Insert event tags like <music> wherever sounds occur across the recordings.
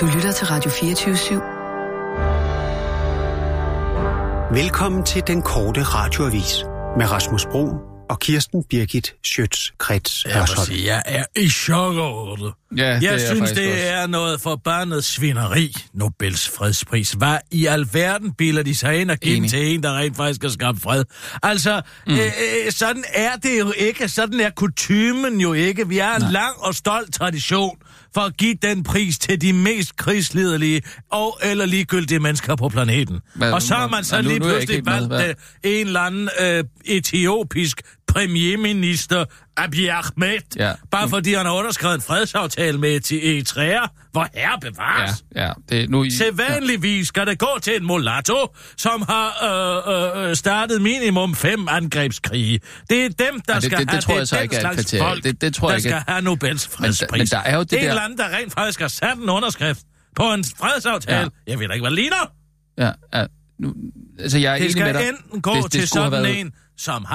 Du lytter til Radio 24-7. Velkommen til den korte radioavis med Rasmus Bro og Kirsten Birgit Schøtz-Krets Jeg, må Hørsholm. sige, jeg er i chok over det. Ja, det jeg er synes, faktisk det også. er noget forbandet svineri. Nobels fredspris. Hvad i alverden bilder de sig ind og giver den Enig. til en, der rent faktisk har skabt fred? Altså, mm. øh, øh, sådan er det jo ikke. Sådan er kutymen jo ikke. Vi har en lang og stolt tradition for at give den pris til de mest krigsliderlige og eller ligegyldige mennesker på planeten. Hvad- og så har man så Nå, nu- lige nu er jeg ikke pludselig helt med. valgt Hvad? øh, en eller anden øh, etiopisk premierminister, Abiy Ahmed, Ja. bare fordi han har underskrevet en fredsaftale med et Eritrea, hvor herre bevares. Ja. Ja, ja. Det, nu, I- Sædvanligvis skal det gå til en mulatto, som har øh, øh, startet minimum fem angrebskrige. Det er dem, der det- skal det- det have tror jeg er så den ikke er et slags kriterie. folk, Det- det tror jeg der ikke skal er- have Nobels men fredspris. der er jo det det der- er en der rent faktisk har sat en underskrift på en fredsaftale. Ja. Ja. Jeg ved da ikke, hvad det ligner. Ja, ja. Nu, altså, jeg er Det enig med skal dig. enten gå Det- det, det til skulle have sådan været- været... en som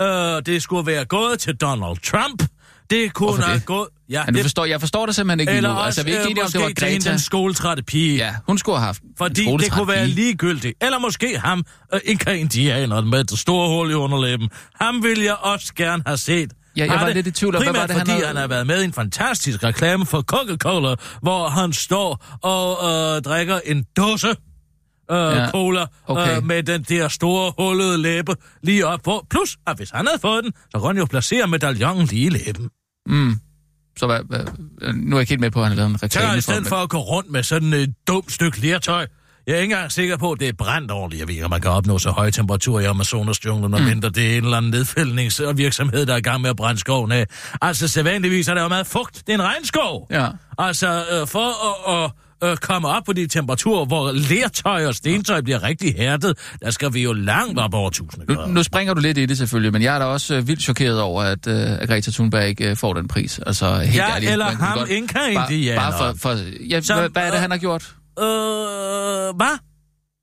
ham, øh, det skulle være gået til Donald Trump, det kunne Hvorfor have det? gået... Ja, Ja, nu det, forstår, jeg forstår det simpelthen ikke eller også endnu. øh, Altså, vi er ikke enige om, det var måske til hende, Greta. den skoletrætte pige. Ja, hun skulle have haft en Fordi det skoletræt kunne være pige. ligegyldigt. Eller måske ham, øh, ikke indianeren med det store hul i underlæben. Ham ville jeg også gerne have set. Ja, jeg Har var det- lidt i tvivl om, hvad primært var det, han fordi havde- han har været med i en fantastisk reklame for Coca-Cola, hvor han står og øh, drikker en dåse øh, Ja, ja, cola okay. okay. øh, med den der store hullede læbe lige op på. Plus, at hvis han havde fået den, så kunne han jo placere medaljongen lige i læben. Så hvad, hvad, nu er jeg ikke helt med på, at han lavede en Så i reklame for, stedet men, for at gå rundt med sådan et dumt stykke lertøj, jeg er ikke engang sikker på, at det er brændt ordentligt. Jeg ved ikke, om man kan opnå så høje temperaturer i Amazonas junglen, Mm. og mindre det er en eller anden nedfældningsvirksomhed, der er i gang med at brænde skoven af. Altså, sædvanligvis er der jo meget fugt. Det er en regnskov. Ja. Altså, øh, for at, at, at komme op på de temperaturer, hvor lertøj og stentøj bliver rigtig hærdet, der skal vi jo langt op over 1000 grader. nu, nu springer du lidt i det selvfølgelig, men jeg er da også øh, vildt chokeret over, at, øh, at Greta Thunberg ikke øh, får den pris. Altså, helt Ja, ærligt. eller man kunne ham, godt- Inka bare, bare for, indianeren. for ja, Som- hvad, hvad er det, han har gjort? Øh, hvad?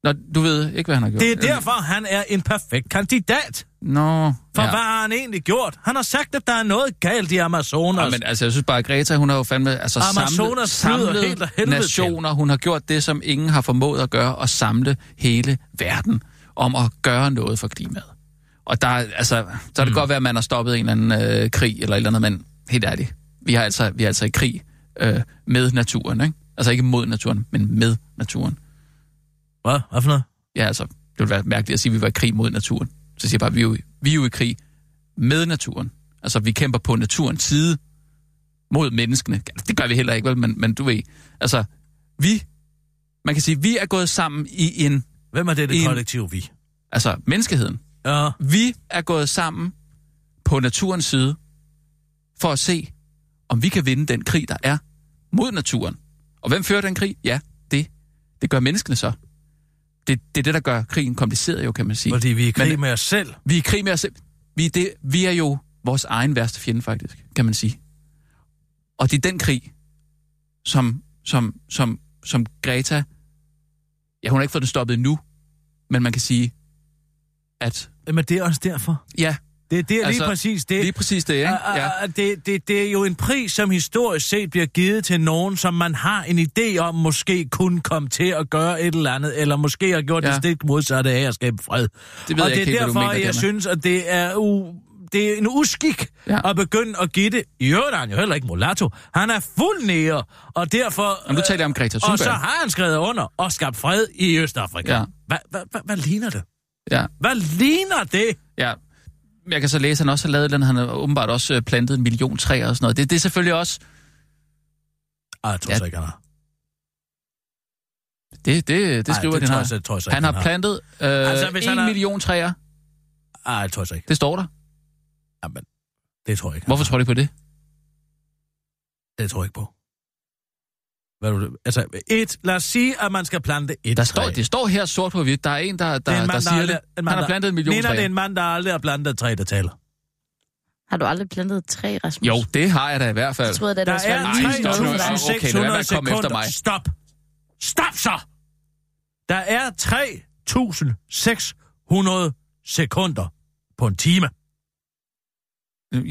Nå, du ved ikke, hvad han har gjort. Det er derfor, han er en perfekt kandidat. Nå. For ja. hvad har han egentlig gjort? Han har sagt, at der er noget galt i Amazonas. Ja, men altså, jeg synes bare, at Greta, hun har jo fandme altså, samlet, Amazonas flyder helt samlet af helvede nationer. Hun har gjort det, som ingen har formået at gøre, og samle hele verden om at gøre noget for klimaet. Og der, er, altså, så Mm. kan det godt være, at man har stoppet en eller anden øh, krig eller et eller andet, men helt ærligt, vi er altså, vi er altså i krig øh, med naturen, ikke? Altså ikke mod naturen, men med naturen. Hvad? Hvad for noget? Ja, altså, det ville være mærkeligt at sige, at vi var i krig mod naturen. Så siger jeg bare, at vi er jo, vi er jo i krig med naturen. Altså, vi kæmper på naturens side mod menneskene. Det gør vi heller ikke, vel? Men, men du ved, altså, vi, man kan sige, vi er gået sammen i en, Hvem er det, det En- kollektiv vi? altså menneskeheden. Ja. Vi er gået sammen på naturens side for at se, om vi kan vinde den krig, der er mod naturen. Og hvem fører den krig? Ja, det. Det gør menneskene så. Det, det er det, der gør krigen kompliceret, jo, kan man sige. Fordi vi er i krig Men- med os selv. Vi er i krig med os selv. Vi er, det, vi er jo vores egen værste fjende, faktisk, kan man sige. Og det er den krig, som, som, som, som Greta... Ja, hun har ikke fået den stoppet endnu, men man kan sige, at... Men det er også derfor. Ja, Det er der Altså, lige præcis det. lige præcis det, ikke? Ah, ah, Ja. ah, Det, det, det er jo en pris, som historisk set bliver givet til nogen, som man har en idé om, måske kunne komme til at gøre et eller andet, eller måske har gjort Ja. ja. det stik modsatte af at skabe fred. Det ved og det jeg er ikke helt, hvad du derfor, mener, jeg Diana. synes, at det er u... Det er en uskik Ja. ja. at begynde at give det. I øvrigt er han jo heller ikke mulatto. Han er fuld nære, og derfor... øh, Jamen, nu taler jeg om Greta og så Thunberg. har han skrevet under og skabt fred i Østafrika. Ja. Ja. Hvad, hvad, hvad, hvad ligner det? Ja, Hvad ligner det? ja. Men Jeg kan så læse, at han også har lavet den, han har åbenbart også øh, plantet en million træer og sådan noget. Det, det er selvfølgelig også... Ej, jeg tror Ja, ja, så ikke, han har. Det, det, det Ej, skriver det den tror her. jeg så- tror jeg så ikke, han har han har. plantet øh, altså, Altså, en hvis han har- million træer. Ej, det tror jeg så ikke. Det står der. Jamen, det tror jeg ikke. han Hvorfor tror du ikke på det? Det tror jeg ikke på. Hvad er du, altså, et, lad os sige, at man skal plante et Der træ. står, det står her sort på hvidt. Der er en, der, der, der, der siger det. Han har plantet en million Nina, det er træer. en mand, der aldrig har plantet et træ, der taler. Har du aldrig plantet et træ, Rasmus? Jo, det har jeg da i hvert fald. Jeg troede, da, det Der var er svært. Nej, stop nu. Nej, Stop. 3.600 Okay, lad være med at komme efter sekunder. mig. Stop. Stop så! Der er 3.600 sekunder på en time.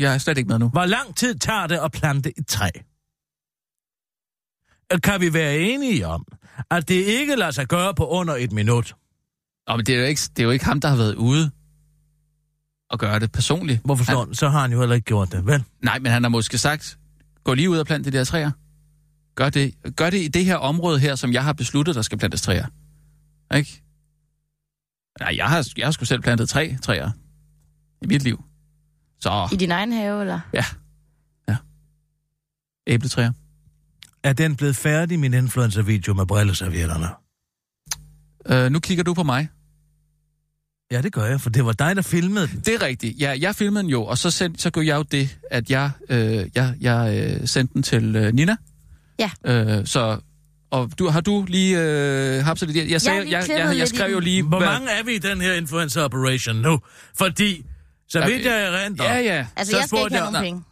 Jeg er slet ikke med nu. Hvor lang tid tager det at plante et træ? kan vi være enige om, at det ikke lader sig gøre på under et minut. Nå, men det er, jo ikke, det er jo ikke ham, der har været ude og gøre det personligt. Hvorfor han, slår ja. Så har han jo heller ikke gjort det, vel? Nej, men han har måske sagt, gå lige ud og plant de der træer. Gør det, gør det i det her område her, som jeg har besluttet, der skal plantes træer. Ikke? Nej, jeg har, jeg har sgu selv plantet tre træer i mit liv. I Så, din egen have, eller? ja. Ja. Æbletræer. Er den blevet færdig, min influencer-video med brilleservietterne? Øh, nu kigger du på mig. Ja, det gør jeg, for det var dig, der filmede den. Det er rigtigt. Ja, jeg filmede den jo, og så, send, så gjorde jeg jo det, at jeg, øh, jeg, jeg øh, sendte den til øh, Nina. Ja. Øh, så, og du, har du lige øh, hapset det der? Jeg, sagde, har lige jeg, jeg, klippet jeg, jeg lidt skrev i jo den. lige... Hvor hvad- mange er vi i den her influencer-operation nu? Fordi, så Ja, vidt jeg erindrer... Ja, ja. Altså, Så jeg skal spurgte ikke have jeg- nogen penge.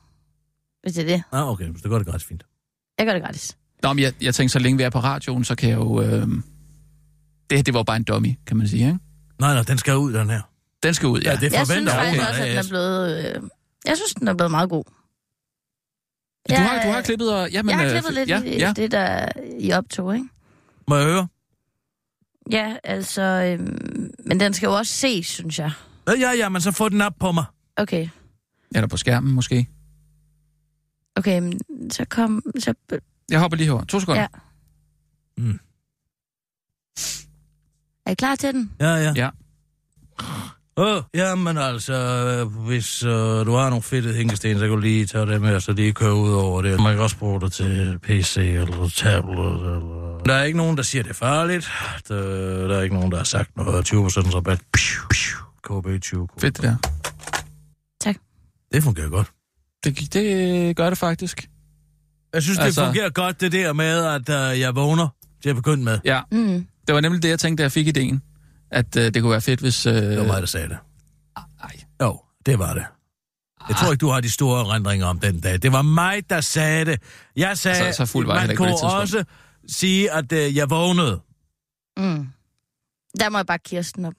Hvis det er det. Ah, okay, så går det godt fint. Jeg gør det gratis. Nå, men jeg, jeg tænkte, så længe vi er på radioen, så kan jeg jo... Øh, det her, det var jo bare en dummy, kan man sige, ikke? Nej, nej, den skal ud, den her. Den skal ud, ja. Ja, det Jeg synes forventer faktisk okay. også, at den er blevet... Øh, jeg synes, den er blevet meget god. Du, har, du har klippet og... Jamen, jeg har øh, klippet lidt ja, i ja. det, der I optog, ikke? Må jeg høre? Ja, altså... Øh, men den skal jo også ses, synes jeg. Ja, ja, ja, men så få den op på mig. Okay, Eller på skærmen, måske. okay, men så kom... Så, Jeg hopper lige herover. To sekunder. Ja. er I klar til den? Ja, ja. Ja. Åh, jamen altså, øh, hvis øh, du har nogle fedtede hængesten, så kan du lige tage det med, så de kører ud over det. Man kan også bruge det til PC eller tablet. Eller... Der er ikke nogen, der siger, det er farligt. Der, der er ikke nogen, der har sagt noget. 20% rabat. Piu, piu. KB20. Fedt det der. Det fungerer godt. Det, det gør det faktisk. Jeg synes, altså... Altså- det fungerer godt, det der med, at øh, jeg vågner til at begynde med. Ja. Mm. Det var nemlig det, jeg tænkte, da jeg fik ideen. At øh, det kunne være fedt, hvis... Øh, Ah, Det var mig, der sagde det. ej. Jo, det var det. Jeg Ah. tror ikke, du har de store rendringer om den dag. Det var mig, der sagde det. Jeg sagde, Altså, så fuld var jeg heller man ikke på kunne det tidspunkt. også sige, at øh, jeg vågnede. Mm. Der må jeg bare Kirsten op,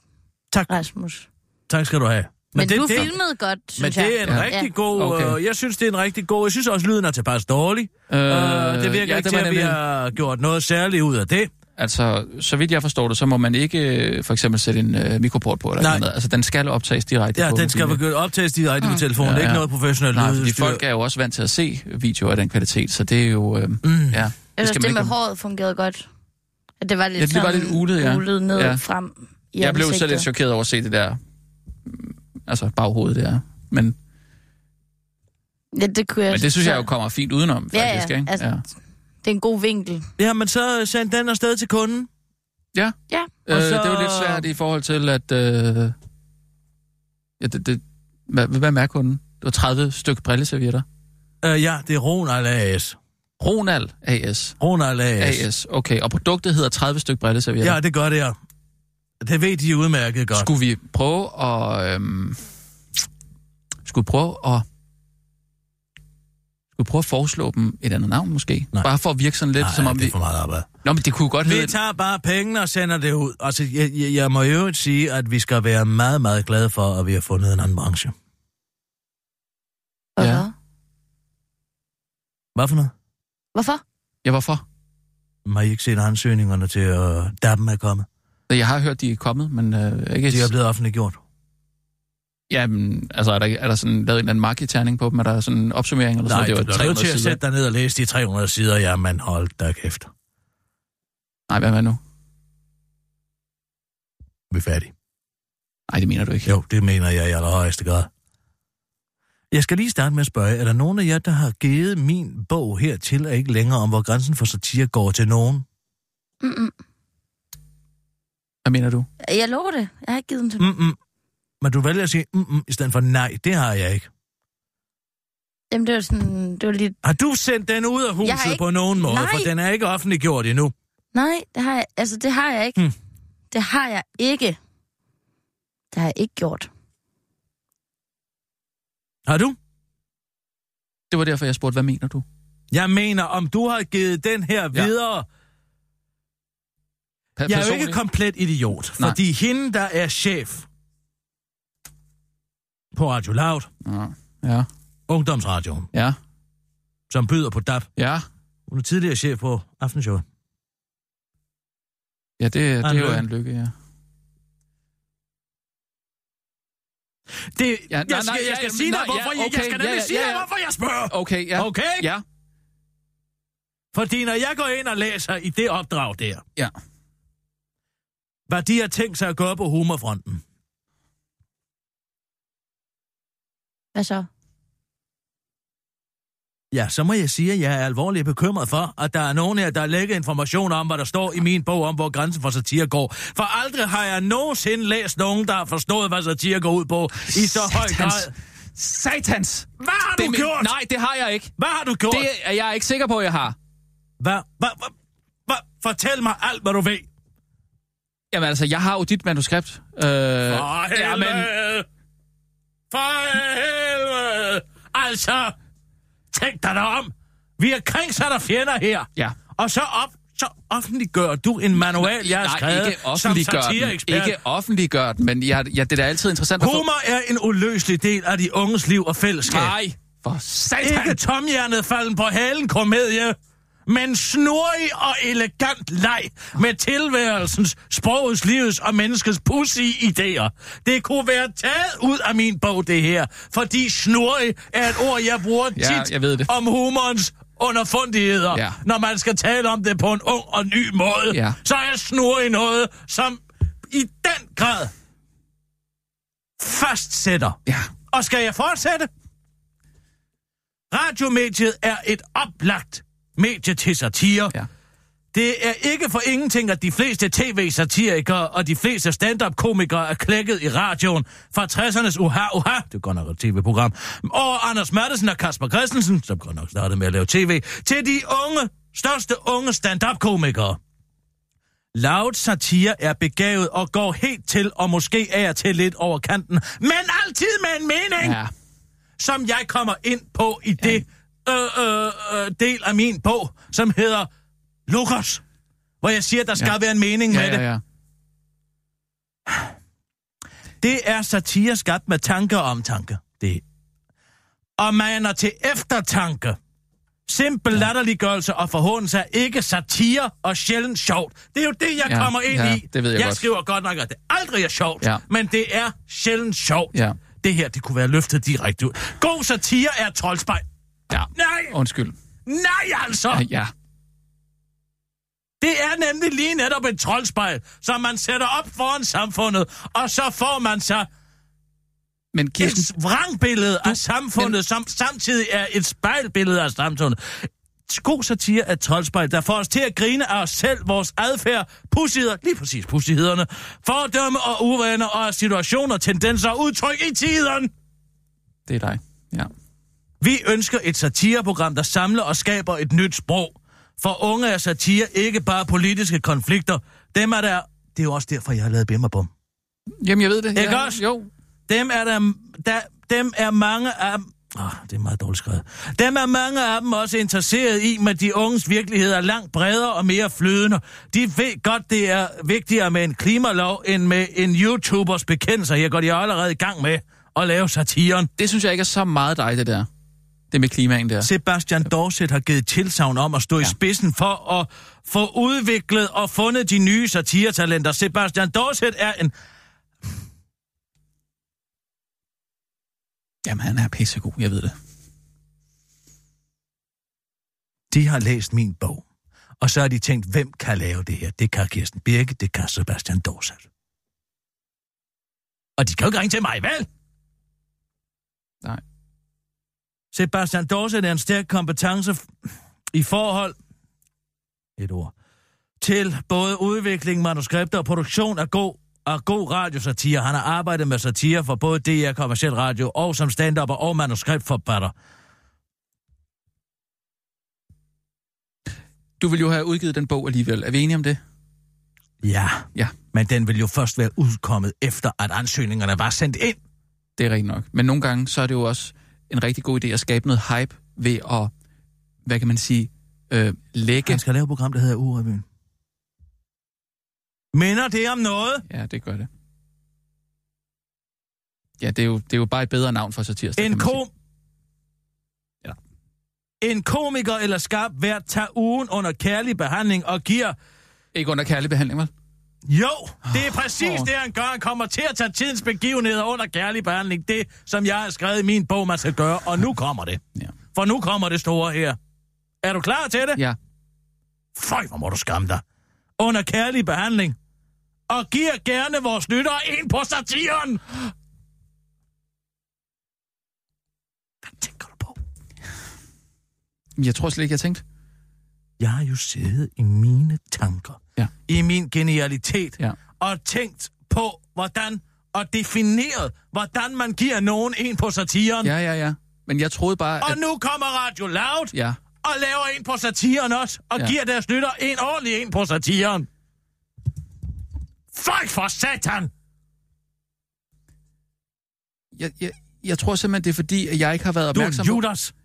Tak, Rasmus. tak skal du have. Men, men det, du det, filmede godt, men synes jeg. det er en Ja. rigtig god... Okay. Øh, jeg synes, det er en rigtig god... Jeg synes også, lyden er tilpas dårlig. Øh, Øh, det virker ja, ikke det til, var at vi nemlig- har gjort noget særligt ud af det. Altså, så vidt jeg forstår det, så må man ikke øh, for eksempel sætte en øh, mikroport på eller Nej. noget. andet. Altså, den skal optages direkte Ja, på den skal mobilen. begynde optages direkte på telefonen. Mm. Ja, Det er ikke ja. noget professionelt Nej, fordi lydudstyr. folk er jo også vant til at se videoer af den kvalitet, så det er jo... Øh, mm. Ja, Jeg synes, skal det, man det med ikke- håret fungerede godt. At det var lidt Ja, det var sådan lidt ulet, ja. ulet ned Ja. og frem i jeg blev så ansigtet. lidt chokeret over at se det der... mm, Altså, baghovedet der. Men, Ja, det kunne jeg... men det synes så- jeg jo kommer fint udenom, Ja, faktisk. ja, Ikke? altså- ja. Det er en god vinkel. Ja, men så send den afsted til kunden. Ja, Øh, Og så... så- Det er jo lidt svært i forhold til, at... Øh, ja, det, det, hvad, hvad mærker kunden? Det var 30 styk brilleservietter. Øh, ja, det er Ronald AS. Ronal AS. Ronald AS. AS, okay. Og produktet hedder 30 styk brilleservietter. Ja, det gør det, ja. Det ved de udmærket godt. Skulle vi prøve at... Øhm, skulle vi prøve at... Skulle vi prøve at foreslå dem et andet navn, måske? Nej. Bare for at virke sådan lidt, Nej, som om det er vi... for meget arbejde. Nå, men det kunne godt Vi hedde... tager bare pengene og sender det ud. Altså, jeg, jeg, jeg må jo sige, at vi skal være meget, meget glade for, at vi har fundet en anden branche. hvorfor? Ja. Ja. Hvad for noget? Hvorfor? Ja, hvorfor? Har I ikke set ansøgningerne til, at DAP'en er kommet? Jeg har hørt, de er kommet, men øh, ikke... De er blevet offentliggjort. Jamen, altså, er der, er der sådan lavet en eller anden markedterning på dem? Er der sådan en opsummering eller Nej, sådan du noget? bliver nødt til at sætte dig ned og læse de 300 sider. Ja, man hold da kæft. Nej, hvad med nu? Vi er færdige. Nej, det mener du ikke. Jo, det mener jeg i allerhøjeste grad. Jeg skal lige starte med at spørge, er der nogen af jer, der har givet min bog hertil, og ikke længere om, hvor grænsen for satire går til nogen? Mm-mm. Hvad mener du? Jeg lover det. Jeg har ikke givet dem Mm. til Mm-mm. Men du vælger at sige mm-mm, i stedet for nej, det har jeg ikke. Jamen, det var sådan... Det var lige... Har du sendt den ud af Jeg huset har ikke- på nogen måde? Nej. For den er ikke offentliggjort endnu. Nej, det har jeg... Altså, det har jeg ikke. Mm. Hmm. Hmm. Det har jeg ikke. Det har jeg ikke gjort. Har du? Det var derfor, jeg spurgte, hvad mener du? Jeg mener, om du har givet den her Ja. videre. Per- Jeg er jo personligt? ikke komplet idiot, Nej. fordi hende, der er chef på Radio Loud, Ja, Ungdomsradioen, ja, som byder på DAP, ja. Hun er tidligere chef på Aftenshowet. Ja, det, det er jo Lykke. en lykke, ja. Det, ja, nej, jeg skal, jeg skal ja, sige dig, nej, ja, hvorfor, jeg, jeg okay, skal ja, nemlig ja, sige ja, dig, ja. hvorfor jeg spørger. Okay, ja. Okay? Ja, Fordi når jeg går ind og læser i det opdrag der, ja. hvad de har tænkt sig at gøre på humorfronten, Hvad så? ja, så må jeg sige, at jeg er alvorligt bekymret for, at der er nogen her, der lægger information om, hvad der står i min bog om, hvor grænsen for satire går. For aldrig har jeg nogensinde læst nogen, der har forstået, hvad satire går ud på i så høj grad. Satans! Hvad har Det du er min- gjort? Nej, det har jeg ikke. Hvad har du gjort? Det er jeg ikke sikker på, jeg har. Hvad? Hvad? Hvad? Hvad? Fortæl mig alt, hvad du ved. Jamen altså, jeg har jo dit manuskript. Øh, For helvede! For helvede! Altså, tænk dig da om. Vi er kringsat og fjender her. Ja. Og så op, så offentliggør du en manual, jeg har skrevet Nej, ikke som offentliggør den. satireekspert. Ikke offentliggør den, men jeg, ja, det er da altid interessant at få... Humor er en uløselig del af de unges liv og fællesskab. Nej, for satan! Ikke tomhjernet falden på halen komedie, men snurrig og elegant leg med tilværelsens, sprogets, livets og menneskets pussy idéer. Det kunne være taget ud af min bog, det her, fordi snurrig er et ord, jeg bruger tit Ja, jeg ved det. om humorens underfundigheder. Ja. Når man skal tale om det på en ung og ny måde, Ja. så er snurrig noget, som i den grad fastsætter Ja, og skal jeg fortsætte? Radiomediet er et oplagt medie til satire. Ja. Det er ikke for ingenting, at de fleste tv-satirikere og de fleste stand-up-komikere er klækket i radioen fra 60'ernes uha uha, det er godt nok et tv-program, og Anders Mertelsen og Kasper Christensen, som godt nok startede med at lave tv, til de unge, største unge stand-up-komikere. Loud satire er begavet og går helt til og måske af og til lidt over kanten, men altid med en mening! ja. som jeg kommer ind på i det øh, øh, øh, del af min bog, som hedder Lukas, hvor jeg siger, at der skal Ja. være en mening med Ja, ja, det. ja. Det er satire skabt med tanke og omtanke. Det. Og maner til eftertanke. Simpel ja. latterliggørelse og forhåndelse er ikke satire og sjældent sjovt. Det er jo det, jeg Ja, kommer ind ja, i. det ved jeg jeg godt. skriver godt nok, at det aldrig er sjovt, Ja. men det er sjældent sjovt. Ja. Det her, det kunne være løftet direkte ud. God satire er troldspejl. ja. Nej! Undskyld. Nej altså! Ja, ja. Det er nemlig lige netop et troldspejl, som man sætter op foran samfundet, og så får man sig Men Kirsten, et vrangbillede af samfundet, men... som samtidig er et spejlbillede af samfundet. God satire er et troldspejl, der får os til at grine af os selv, vores adfærd, pussigheder, lige præcis pussighederne, fordomme og uvaner og af situationer, tendenser og udtryk i tiden. det er dig. Ja. Vi ønsker et satireprogram, der samler og skaber et nyt sprog. For unge er satire ikke bare politiske konflikter. Dem er der... Det er jo også derfor, jeg har lavet Bimmerbom. Jamen, jeg ved det. Ikke ja, også? Jo. Dem er der... der dem er mange af... Oh, det er meget dårligt skrevet. Dem er mange af dem også interesseret i, men de unges virkelighed er langt bredere og mere flydende. De ved godt, det er vigtigere med en klimalov, end med en YouTubers bekendelser. Jeg går de er allerede i gang med at lave satiren. Det synes jeg ikke er så meget dig, det der. Det med klimaen der. Sebastian Dorset har givet tilsavn om at stå ja. i Ja. spidsen for at få udviklet og fundet de nye satiretalenter. Sebastian Dorset er en... Jamen, han er pissegod, jeg ved det. De har læst min bog. Og så har de tænkt, hvem kan lave det her? Det kan Kirsten Birke, det kan Sebastian Dorset. Og de kan jo ikke ringe til mig, vel? Nej. Sebastian Dorset er en stærk kompetence f- i forhold... Et ord. Til både udvikling, manuskripter og produktion af god, af god radiosatire. Han har arbejdet med satire for både DR Kommerciel Radio og som stand og manuskriptforfatter. Du vil jo have udgivet den bog alligevel. Er vi enige om det? Ja. Ja. Men den vil jo først være udkommet efter, at ansøgningerne var sendt ind. Det er rigtigt nok. Men nogle gange, så er det jo også en rigtig god idé at skabe noget hype ved at, hvad kan man sige, øh, lægge... Han skal lave et program, der hedder Urevyen. Minder det om noget? Ja, det gør det. Ja, det er jo, det er jo bare et bedre navn for satirsdag. En kan man sige. ko... Ja. En komiker eller skarp vært tager ugen under kærlig behandling og giver... Ikke under kærlig behandling, vel? Jo, det er præcis Åh. det, han gør. Han kommer til at tage tidens begivenheder under kærlig behandling. Det, som jeg har skrevet i min bog, man skal gøre. Og nu kommer det. Ja. For nu kommer det store her. Er du klar til det? Ja. Føj, hvor må du skamme dig. Under kærlig behandling. Og giver gerne vores lyttere en på satiren. Hvad tænker du på? Jeg tror slet ikke, jeg tænkte. Jeg har jo siddet i mine tanker. Ja. I min genialitet. Ja. Og tænkt på, hvordan og defineret, hvordan man giver nogen en på satiren. Ja, ja, ja. Men jeg troede bare, Og at... nu kommer Radio Loud Ja. og laver en på satiren også, og ja. Ja. giver deres lytter en ordentlig en på satiren. Føj for satan! Jeg, jeg, jeg tror simpelthen, det er fordi, at jeg ikke har været Du er opmærksom en Judas. på...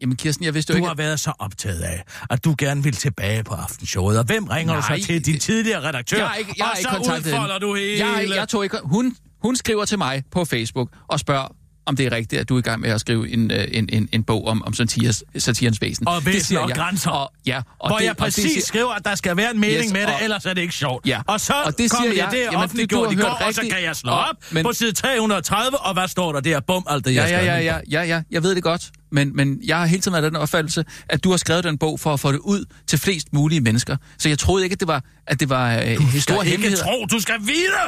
Jamen, Kirsten, jeg vidste jo Du ikke... har været så optaget af, at du gerne vil tilbage på aftenshowet. Og hvem ringer Nej, Nej, du så til? Din det- tidligere redaktør? Jeg har ikke, jeg har og ikke så kontaktet hende. udfolder du hele... Jeg, har ikke- jeg tog ikke, hun, hun skriver til mig på Facebook og spørger, om det er rigtigt, at du er i gang med at skrive en, øh, en, en, en bog om, om satires, satirens væsen. Og væsen Det siger og jeg. grænser. Og, ja, og hvor det, jeg præcis og det, siger... siger- skriver, at der skal være en mening yes, Yes, med det, og... og- ellers er det ikke sjovt. Ja. Og så Og det kom siger det, jeg. det Jamen, er det- du offentliggjort har i går, hørt og så rigtigt. kan jeg slå Og- op men... men- på side 330, og hvad står der der? Bum, alt det, jeg Ja, ja, skrev ja, ned. ja, ja, ja, jeg ved det godt, men, men jeg har hele tiden været af den opfattelse, at du har skrevet den bog for at få det ud til flest mulige mennesker. Så jeg troede ikke, at det var, at det var øh, Du skal store ikke hemmeligheder. tro, du skal vide!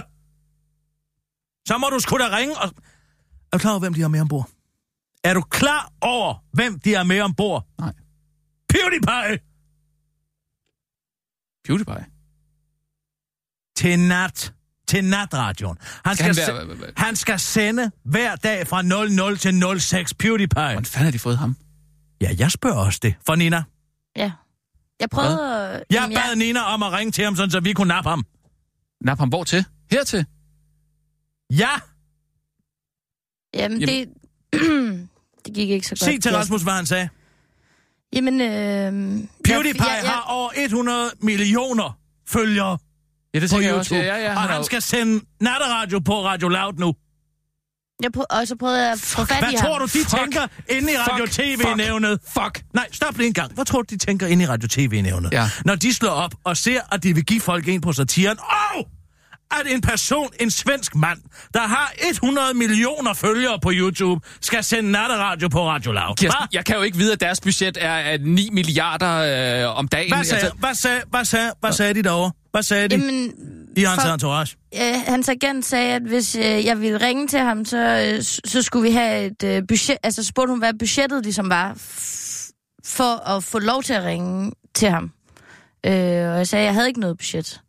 Så må du sgu da ringe og... Er du klar over, hvem de har med ombord? Er du klar over, hvem de har med ombord? Nej, PewDiePie! PewDiePie. Til nat. Til natradioen. Han Skal skal, han være- se- hva- hva- han skal sende hver dag fra 00 til 06 PewDiePie. Hvordan fanden har de fået ham? Ja, jeg spørger også det. For Nina. Ja. Jeg prøvede at... Jeg Jamen, bad Nina om at ringe til ham, sådan, så vi kunne nappe ham. Nap ham hvor til? Hertil? Ja, Jamen, det... det <clears throat> gik ikke så godt. se til Kirsten. Rasmus, hvad han sagde. Jamen, øh... PewDiePie jeg, jeg, har over 100 millioner følgere. Ja, det på tænker jeg YouTube. også. Ja, ja, ja, og han har- skal sende natteradio på Radio Loud nu. jeg prøv, og så prøvede jeg at få fat Hvad i tror ham. du, de Fuck. tænker inde i Fuck. Radio TV-nævnet? Fuck. Nej, stop lige en gang. Hvad tror du, de tænker inde i Radio TV-nævnet? Ja. Når de slår op og ser, at de vil give folk en på satiren, og at en person, en svensk mand, der har 100 millioner følgere på YouTube, skal sende natteradio på Radio Loud. Kirsten, Hva? jeg kan jo ikke vide, at deres budget er, er 9 milliarder øh, om dagen. Hvad sagde, hvad sagde, hvad sagde, hvad sagde de derovre? Hvad sagde de Jamen, i hans for- entourage? øh, hans agent sagde, at hvis øh, jeg ville ringe til ham, så, øh, s- så skulle vi have et øh, budget... Altså, så spurgte hun, hvad budgettet ligesom var, f- for at få lov til at ringe til ham. Øh, og jeg sagde, at jeg havde ikke noget budget.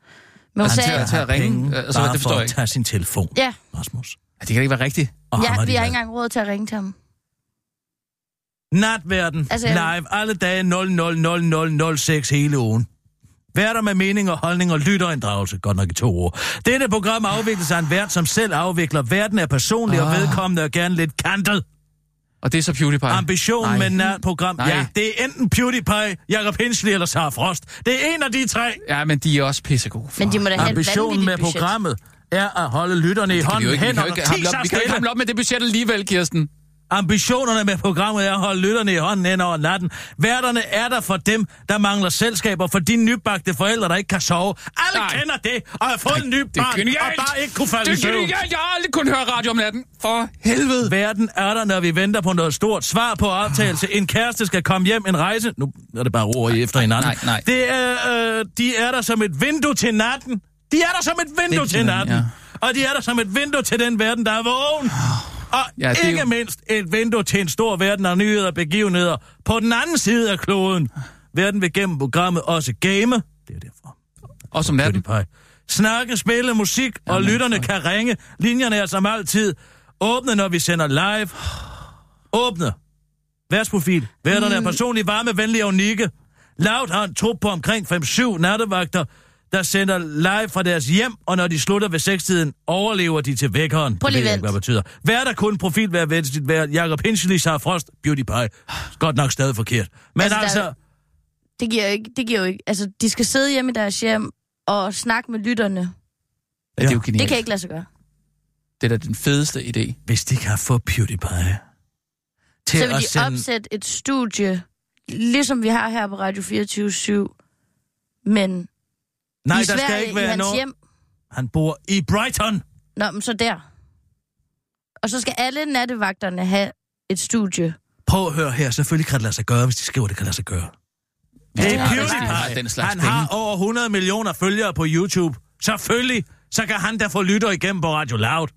Men hun han sagde... til at- til at ringe? Penge, Øh, Altså, bare det forstår for jeg at ikke. tage sin telefon, Ja, Rasmus. Ja, det kan ikke være rigtigt. Og ham ja har vi de har med. ikke engang råd til at ringe til ham. Natverden altså, Altså, live jeg- alle dage 000006 hele ugen. Værter med mening og holdning og lytterinddragelse, godt nok i to år. Dette program afvikles af en vært, som selv afvikler. Verden er personlig og Ah. vedkommende og gerne lidt kantet. Og det er så PewDiePie. Ambition Nej. med nært program. Nej. Ja, det er enten PewDiePie, Jacob Hensley eller Sara Frost. Det er en af de tre. Ja, men de er også pissegode. For. Men de må da have et Ambitionen vanvittigt med budget. programmet er at holde lytterne i Kan vi, jo hånden ikke, vi hen kan og jo ikke, ti hamle op, sig vi kan jo ikke stille. hamle op med det budget alligevel, Kirsten. Ambitionerne med programmet er at holde lytterne i hånden hen over natten. Værterne er der for dem, der mangler selskaber, for de nybagte forældre, der ikke kan sove. Alle Nej. Nej. kender det, og har fået en ny Det er barn, og genialt. bare ikke kunne falde i det er søvn. genialt. Jeg har aldrig kun høre radio om natten. For helvede. Verden er der, når vi venter på noget stort. Svar på optagelse. En kæreste skal komme hjem, en rejse. Nu er det bare ord i efter hinanden. nej, nej. Det er, øh, de er der som et vindue til natten. De er der som et vindue Vindue, til natten. ja. Og de er der som et vindue til den verden, der er vågen. Og Ah. Ja, det ja, er ikke jo... jo- mindst et vindue til en stor verden af nyheder og begivenheder på den anden side af kloden. Verden vil gennem programmet også game. Det er derfor. Også om natten. PewDiePie. Snakke, spille, musik, og Jamen, lytterne kan ringe. Linjerne er som altid åbne, når vi sender live. Åbne. Værsprofil. Værterne er Mm. personligt varme, venlige og unikke. Loud har en trup på omkring 5-7 nattevagter, der sender live fra deres hjem, og når de slutter ved sekstiden, overlever de til vækkeren. Prøv lige Det ved jeg vent. ikke, hvad det betyder. Vært er kun profil, hver venstligt vært. Jakob Hinsley, Sarah Frost, Beauty Pie. Godt nok stadig forkert. Men Altså, altså, der- altså Det giver jo ikke, det giver jo ikke. Altså, de skal sidde hjemme i deres hjem og snakke med lytterne. Yes. Ja, det er jo genialt. Det kan ikke lade sig gøre. det er da den fedeste idé. hvis de kan få PewDiePie til Så vil at de sende... opsætte et studie ligesom vi har her på Radio 24-7, men Nej, der i skal Sverige, ikke i være hans noget. hjem. Han bor i Brighton. Nå, men så der. Og så skal alle nattevagterne have et studie. Prøv at høre her. Selvfølgelig kan det lade sig gøre, hvis de skriver, det kan lade sig gøre. Det de er har- hvis de har PewDiePie. den slags han penge. har over 100 millioner følgere på YouTube. Selvfølgelig, så kan han da få lytter igennem på Radio Loud.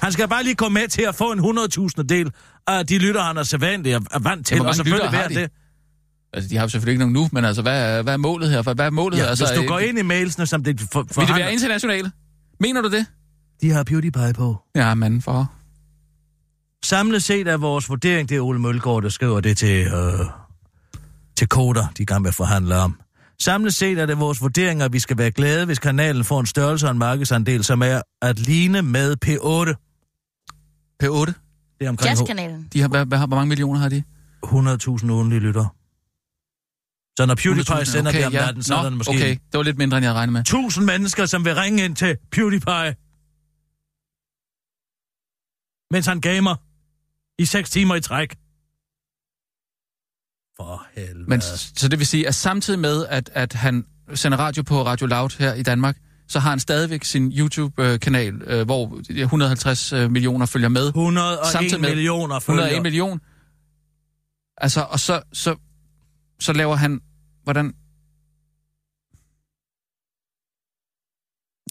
Han skal bare lige komme med til at få en 100.000 del af de lytter, han er sædvanlig og er vant til. Ja, hvor og mange selvfølgelig lyttere har værd de? det. Altså, de har jo selvfølgelig ikke nogen nu, men altså, hvad, er- hvad er målet her? For, hvad er målet her? Ja, Altså, altså, hvis du øh, går ind i mailsene, som det for, for Vil det han- være internationale? Mener du det? de har PewDiePie på. Ja, mand, for... Samlet set er vores vurdering, det er Ole Mølgaard, der skriver det til, øh, til koder, de er i gang med at forhandle om. Samlet set er det vores vurdering, at vi skal være glade, hvis kanalen får en størrelse og en markedsandel, som er at ligne med P8. P8? Det er omkring Jazzkanalen. De har, hvad, hvad, har- hvor mange millioner har de? 100.000 ugenlige lyttere. Så når PewDiePie 100.000, sender okay, det om natten, så er Nå, der måske okay, det var lidt mindre, end jeg regnede med. 1000 mennesker, som vil ringe ind til PewDiePie. Mens han gamer i 6 timer i træk. For helvede. Men, s- Så det vil sige, at samtidig med, at, at han sender radio på Radio Loud her i Danmark, så har han stadigvæk sin YouTube-kanal, øh, hvor 150 øh, millioner følger med. 101 samtidig med- millioner følgere. 101 million. Altså, og så, så, så laver han... Hvordan?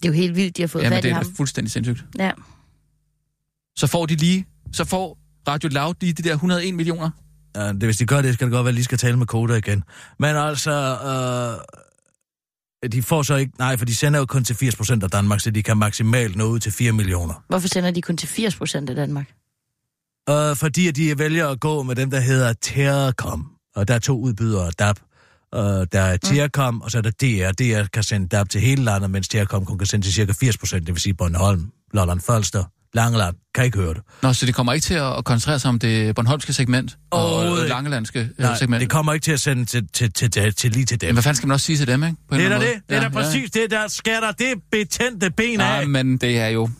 Det er jo helt vildt, de har fået Jamen, fat i det ham. er fuldstændig sindssygt. Ja. Så får de lige... Så får Radio Loud lige de der 101 millioner. Ja, det, hvis de gør det, skal det godt være, at de lige skal tale med koder igen. Men altså, øh, de får så ikke... Nej, for de sender jo kun til 80% af Danmark, så de kan maksimalt nå ud til 4 millioner. Hvorfor sender de kun til 80 procent af Danmark? Øh, fordi at de vælger at gå med dem, der hedder Tercom. Og der er to udbydere af DAB. Øh, der er Tercom, og så er der DR. DR kan sende DAB til hele landet, mens Tercom kun kan sende til cirka 80 procent, det vil sige Bornholm, Lolland Falster, Langeland. Kan ikke høre det. Nå, så det kommer ikke til at at koncentrere sig om det bornholmske segment og Overhovedet øh, ikke. langelandske øh, Nej, segment. det kommer ikke til at sende til, til, til, til, til lige til dem. Men hvad fanden skal man også sige til dem, ikke? På en Det er eller da anden det. Det er da måde. Ja, ja. præcis det, der skatter det betændte ben af. Ja, men det er jo...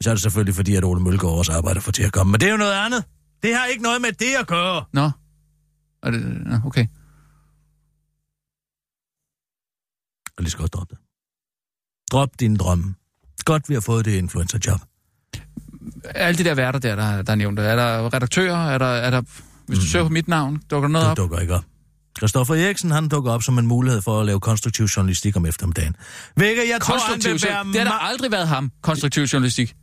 Så er det selvfølgelig fordi, at Ole Mølgaard også arbejder for til at komme. Men det er jo noget andet. Det har ikke noget med det at gøre. Nå. Er det... Nå, okay. Og lige så godt droppe det. Drop din drømme. Godt, vi har fået det influencerjob. Alle de der værter der, der, der er nævnt. Er der redaktører? Er der... Er der hvis du søger på mit navn, dukker der noget Mm. Det op? dukker ikke op. Christoffer Eriksen, han dukker op som en mulighed for at lave konstruktiv journalistik om eftermiddagen. Hvilket jeg tror, han Konstruktiv vil være journalistik. Det har der ma- aldrig været ham, konstruktiv journalistik.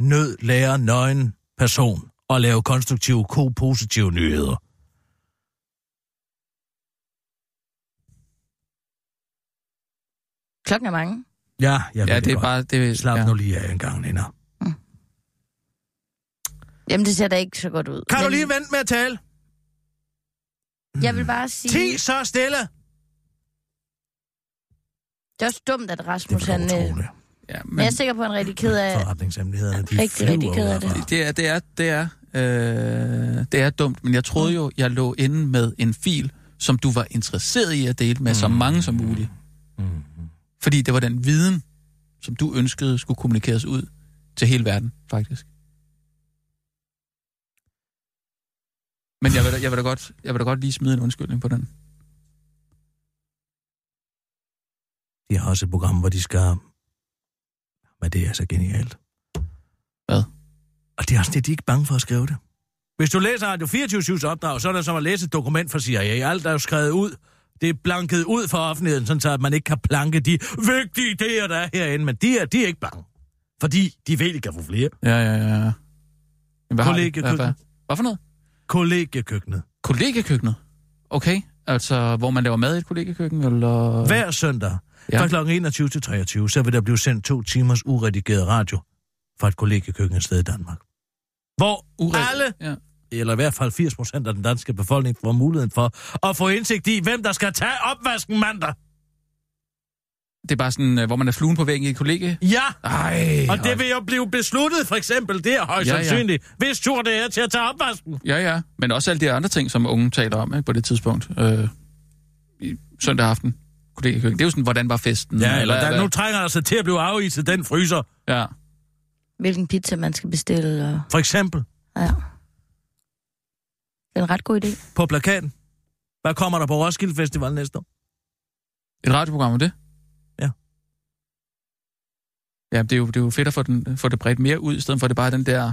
nød lærer nøgen person og lave konstruktive, ko-positive nyheder. Klokken er mange. Ja, jeg ved Ja, det er godt. bare... Det, Slap ja. nu lige af en gang, Nina. Jamen, det ser da ikke så godt ud. Kan du Men lige vente med at tale? Jeg vil bare sige, Ti så stille! det er også dumt, at Det Rasmus, er han... øh, utroligt. Ja, Men jeg men er sikker på, at han er rigtig ked af... forretningshemmeligheder. De Rigtig, flyver rigtig ked af det. herfra. det er... Det er, det er øh, det er dumt, men jeg troede jo, jeg lå inde med en fil, som du var interesseret i at dele med så mange som muligt. Mm. Fordi det var den viden, som du ønskede skulle kommunikeres ud til hele verden, faktisk. Men jeg vil, da, jeg, vil da godt, jeg vil da godt lige smide en undskyldning på den. De har også et program, hvor de skal... Men det er så genialt. Hvad? Og det er også det, de er ikke bange for at skrive det. Hvis du læser Radio 24-7's opdrag, så er det som at læse et dokument fra CIA. Alt er jo skrevet ud. Det er blanket ud for offentligheden, sådan så at man ikke kan planke de vigtige idéer, der er herinde. Men de er, de er ikke bange. Fordi de ved, de kan få flere. Ja, ja, ja. ja. Hvad har de? Kollegiekøkkenet. Hvad, hvad? hvad for noget? Kollegiekøkkenet. Kollegekøkkenet. Okay. Altså, hvor man laver mad i et kollegekøkken, eller... Hver søndag Ja. fra kl. 21 til 23, så vil der blive sendt to timers uredigeret radio fra et kollegiekøkken et sted i Danmark. Hvor Uret- alle, Ja. eller i hvert fald 80 procent af den danske befolkning, får muligheden for at få indsigt i, hvem der skal tage opvasken mandag. Det er bare sådan, øh, hvor man er fluen på væggen i et kollega. Ja, Ej, og det vil jo blive besluttet, for eksempel, det er højst Ja, ja, ja. Mm, sandsynligt, ja. hvis tur det er til at tage opvasken. Ja, ja. Men også alle de andre ting, som unge taler om ikke, på det tidspunkt. Øh, i søndag aften. Kollegekøkken. Det er jo sådan, hvordan var festen? Ja, eller der, hvad- nu trænger der sig til at blive afiset den fryser, Ja. hvilken pizza man skal bestille. Og... for eksempel, Ja. Det er en ret god idé. på plakaten. Hvad kommer der på Roskilde Festival næste år? Et radioprogram om det? Ja. Ja, det er jo, det er jo fedt at få, den, få det bredt mere ud, i stedet for at det bare er den der... øh,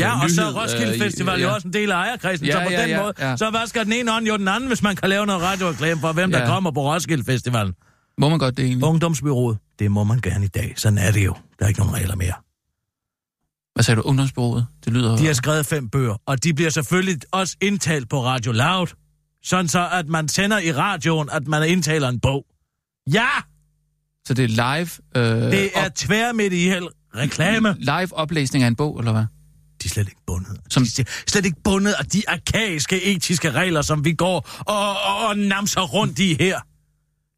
Ja, og så er nyhed, Roskilde øh, Festival ja. jo også en del af ejerkredsen, Ja, så på ja, den ja, måde, ja. så vasker den ene hånd jo den anden, hvis man kan lave noget radioreklame for, hvem Ja. der kommer på Roskilde Festival. Må man godt det egentlig? Ungdomsbyrået, det må man gerne i dag. Sådan er det jo. Der er ikke nogen regler mere. Hvad sagde du? Ungdomsbureauet? Det lyder... De har skrevet fem bøger, og de bliver selvfølgelig også indtalt på Radio Loud. Sådan så, at man sender i radioen, at man indtaler en bog. Ja, Så det er live... Øh, det er tværmediel reklame. Live oplæsning af en bog, eller hvad? De er slet ikke bundet. Som... Som- De er slet ikke bundet af de arkaiske etiske regler, som vi går og, og, og namser rundt i her.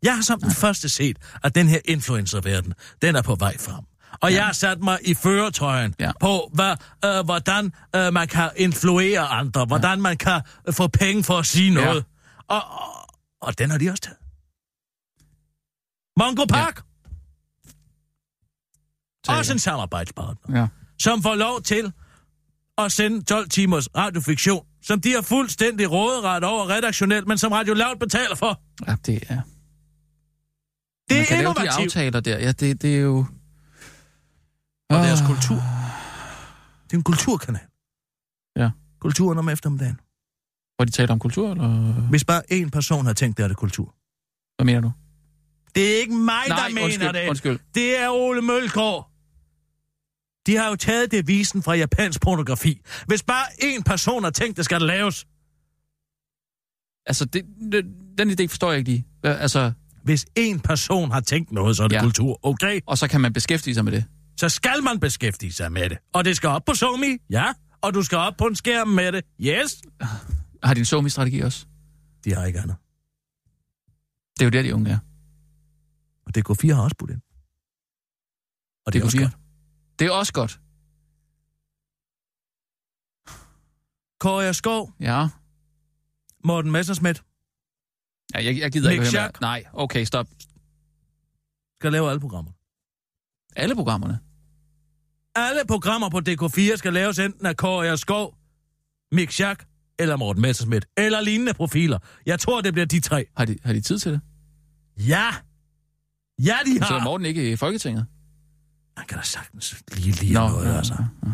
Jeg har som den første set, at den her influencerverden, den er på vej frem. Og ja. jeg har sat mig i føretrøjen ja. Ja. på, hvad, øh, hvordan øh, man kan influere andre, hvordan ja. man kan øh, få penge for at sige Ja. noget. Og, og, og den har de også taget. Mongo Park! Ja. Tager Også jeg. en samarbejdspartner Ja. som får lov til at sende 12 timers radiofiktion, som de har fuldstændig råderet over redaktionelt, men som Radio Loud betaler for. ja det er... Det man er kan lave de innovativt. aftaler der. Ja, det, det er jo... Og deres Åh. kultur. Det er en kulturkanal. Ja. Kulturen om eftermiddagen. Hvor de taler om kultur, eller... Hvis bare én person har tænkt, det er det kultur. Hvad mener du? Det er ikke mig, der mener undskyld, det. undskyld. Det er Ole Mølgaard. De har jo taget devisen fra japansk pornografi. Hvis bare én person har tænkt, det skal det laves. Altså, det, det, den idé forstår jeg ikke lige. Hvad- Altså, Hvis én person har tænkt noget, så er det ja. Ja. kultur. Okay? og så kan man beskæftige sig med det. så skal man beskæftige sig med det. Og det skal op på Somi, ja. Og du skal op på en skærm med det, yes. Har de en somi-strategi også? De har ikke andet. Det er jo der, de unge er. Og DK4 har også budt ind. Og det er DK4. også godt. Det er også godt. Kåre Skov, Ja. Morten Messersmith, ja jeg, jeg gider Mick ikke høre mere. Schack. Nej, okay, stop. skal lave alle programmer. Alle programmerne. Alle programmer på DK4 skal laves enten af Kåre Skov, Mick Schack eller Morten Messersmith. Eller lignende profiler. Jeg tror, det bliver de tre. Har de, har de tid til det? Ja! Ja, de Så er har! Morten ikke i Folketinget? Han kan da sagtens lige lige noget, altså. nå.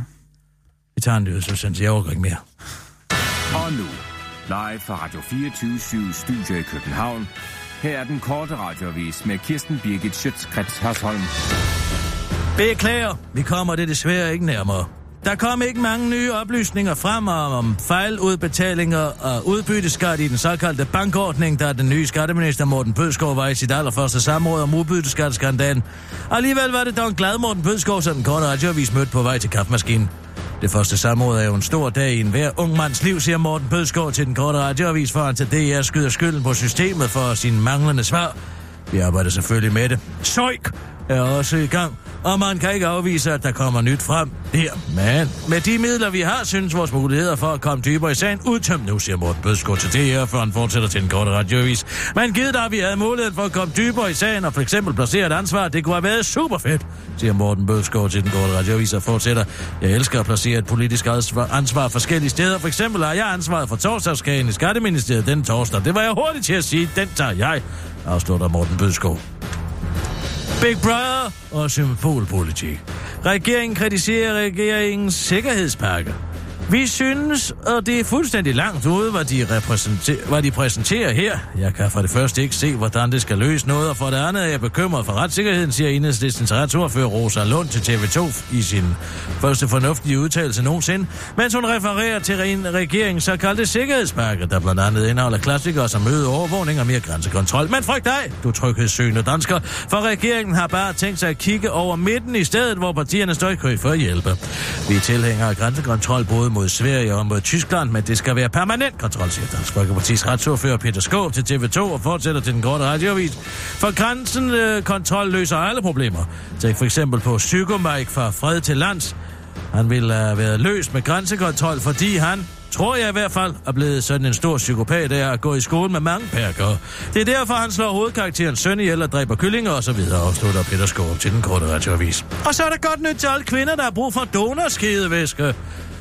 Vi tager en nyhed, så synes jeg overgår ikke mere. Og nu, live fra Radio 24 Studio i København. Her er den korte radiovis med Kirsten Birgit Schøtzgrads Hasholm. Beklager, vi kommer det desværre ikke nærmere. Der kom ikke mange nye oplysninger frem om- om fejludbetalinger og udbytteskat i den såkaldte bankordning, da den nye skatteminister Morten Bødskov var i sit allerførste samråd om udbytteskatskandalen. Alligevel var det dog en glad Morten Bødskov, som den korte radioavis mødte på vej til kaffemaskinen. Det første samråd er jo en stor dag i enhver ung mands liv, siger Morten Bødskov til den korte radioavis, for han til DR skyder skylden på systemet for sine manglende svar. Vi arbejder selvfølgelig med det. Søjk! er også i gang, og man kan ikke afvise, at der kommer nyt frem der. Men med de midler, vi har, synes vores muligheder for at komme dybere i sagen udtømt nu, siger Morten Bødskov til DR, før han fortsætter til en korte radiovis. Men givet dig, at vi havde muligheden for at komme dybere i sagen og for eksempel placere et ansvar, det kunne have været super fedt, siger Morten Bødskov til den korte radiovis og fortsætter. Jeg elsker at placere et politisk ansvar- ansvar forskellige steder. For eksempel har jeg ansvaret for torsdagskagen i Skatteministeriet den torsdag. Det var jeg hurtigt til at sige, den tager jeg, afslutter Morten Bødskov. Big Brother og symbolpolitik. Regeringen kritiserer regeringens sikkerhedspakke. Vi synes, og det er fuldstændig langt ude, hvad de, repræsenter- hvad de præsenterer her. Jeg kan for det første ikke se, hvordan det skal løse noget, og for det andet er jeg bekymret for retssikkerheden, siger enhedslistens retsordfører Rosa Lund til TV2 i sin første fornuftige udtalelse nogensinde, mens hun refererer til re- regeringens såkaldte sikkerhedspakke, der blandt andet indeholder klassikere som øget overvågning og mere grænsekontrol. Men frygt dig, du tryghedssøgende dansker, for regeringen har bare tænkt sig at kigge over midten i stedet, hvor partierne står i kø for at hjælpe. Vi er tilhængere af grænsekontrol både mod Sverige og mod Tyskland, men det skal være permanent kontrol, siger Dansk Folkeparti's retsordfører Peter Skåb til TV2 og fortsætter til den korte radioavis. For grænsen øh, kontrol løser alle problemer. Tænk for eksempel på Psykomike fra Fred til Lands, han ville have været løs med grænsekontrol, fordi han, tror jeg i hvert fald, er blevet sådan en stor psykopat af at gå i skole med mange perker. Det er derfor, han slår hovedkarakteren søn ihjel og dræber kyllinger osv., afslutter Peter Skåb til den korte radioavis. Og så er der godt nyt til alle kvinder, der har brug for donorskidevæske.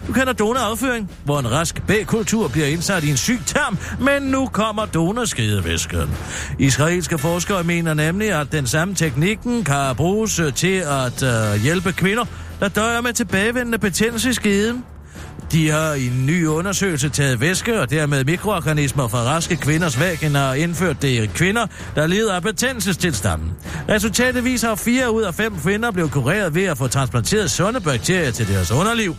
Du kender donorafføring, hvor en rask B-kultur bliver indsat i en syg tarm, men nu kommer donorskedevæsken. Israelske forskere mener nemlig, at den samme teknikken kan bruges øh, til at øh, hjælpe kvinder, der døjer med tilbagevendende betændelse i skeden. De har i en ny undersøgelse taget væske og dermed mikroorganismer fra raske kvinders vagina og indført det i kvinder, der lider af betændelsestilstanden. Resultatet viser, at fire ud af fem kvinder blev kureret ved at få transplanteret sunde bakterier til deres underliv.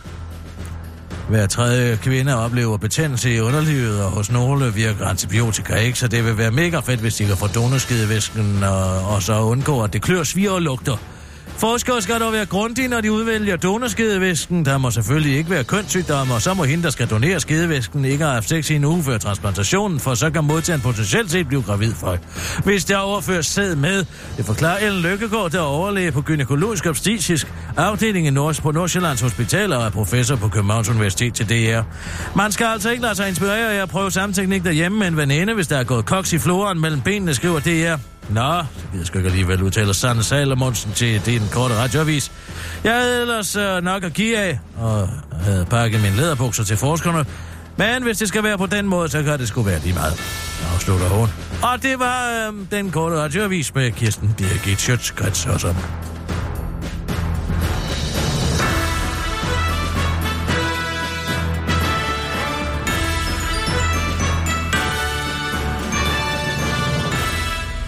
Hver tredje kvinde oplever betændelse i underlivet, og hos nogle virker antibiotika ikke, så det vil være mega fedt, hvis de kan få donorskedevæsken og, og så undgå, at det klør, sviger og lugter. Forskere skal dog være grundige, når de udvælger donorskedevæsken. Der må selvfølgelig ikke være kønssygdomme, og så må hende, der skal donere skedevæsken, ikke have haft sex i en uge før transplantationen, for så kan modtageren potentielt set blive gravid for. Hvis der overføres sæd med, det forklarer Ellen Lykkegaard, der er overlæge på gynækologisk obstetrisk afdeling i Nord- på Nordsjællands Hospital og er professor på Københavns Universitet til DR. Man skal altså ikke lade sig inspirere af at prøve samme teknik derhjemme med en veninde, hvis der er gået koks i floren mellem benene, skriver DR. Nå, det gider sgu ikke alligevel udtaler Sanne Salomonsen til din korte radioavis. Jeg havde ellers øh, nok at give af, og havde pakket mine læderbukser til forskerne. Men hvis det skal være på den måde, så kan det sgu være lige meget. Afslutter hun. Og det var øh, den korte radioavis med Kirsten Birgit Schøtzgrads og sådan.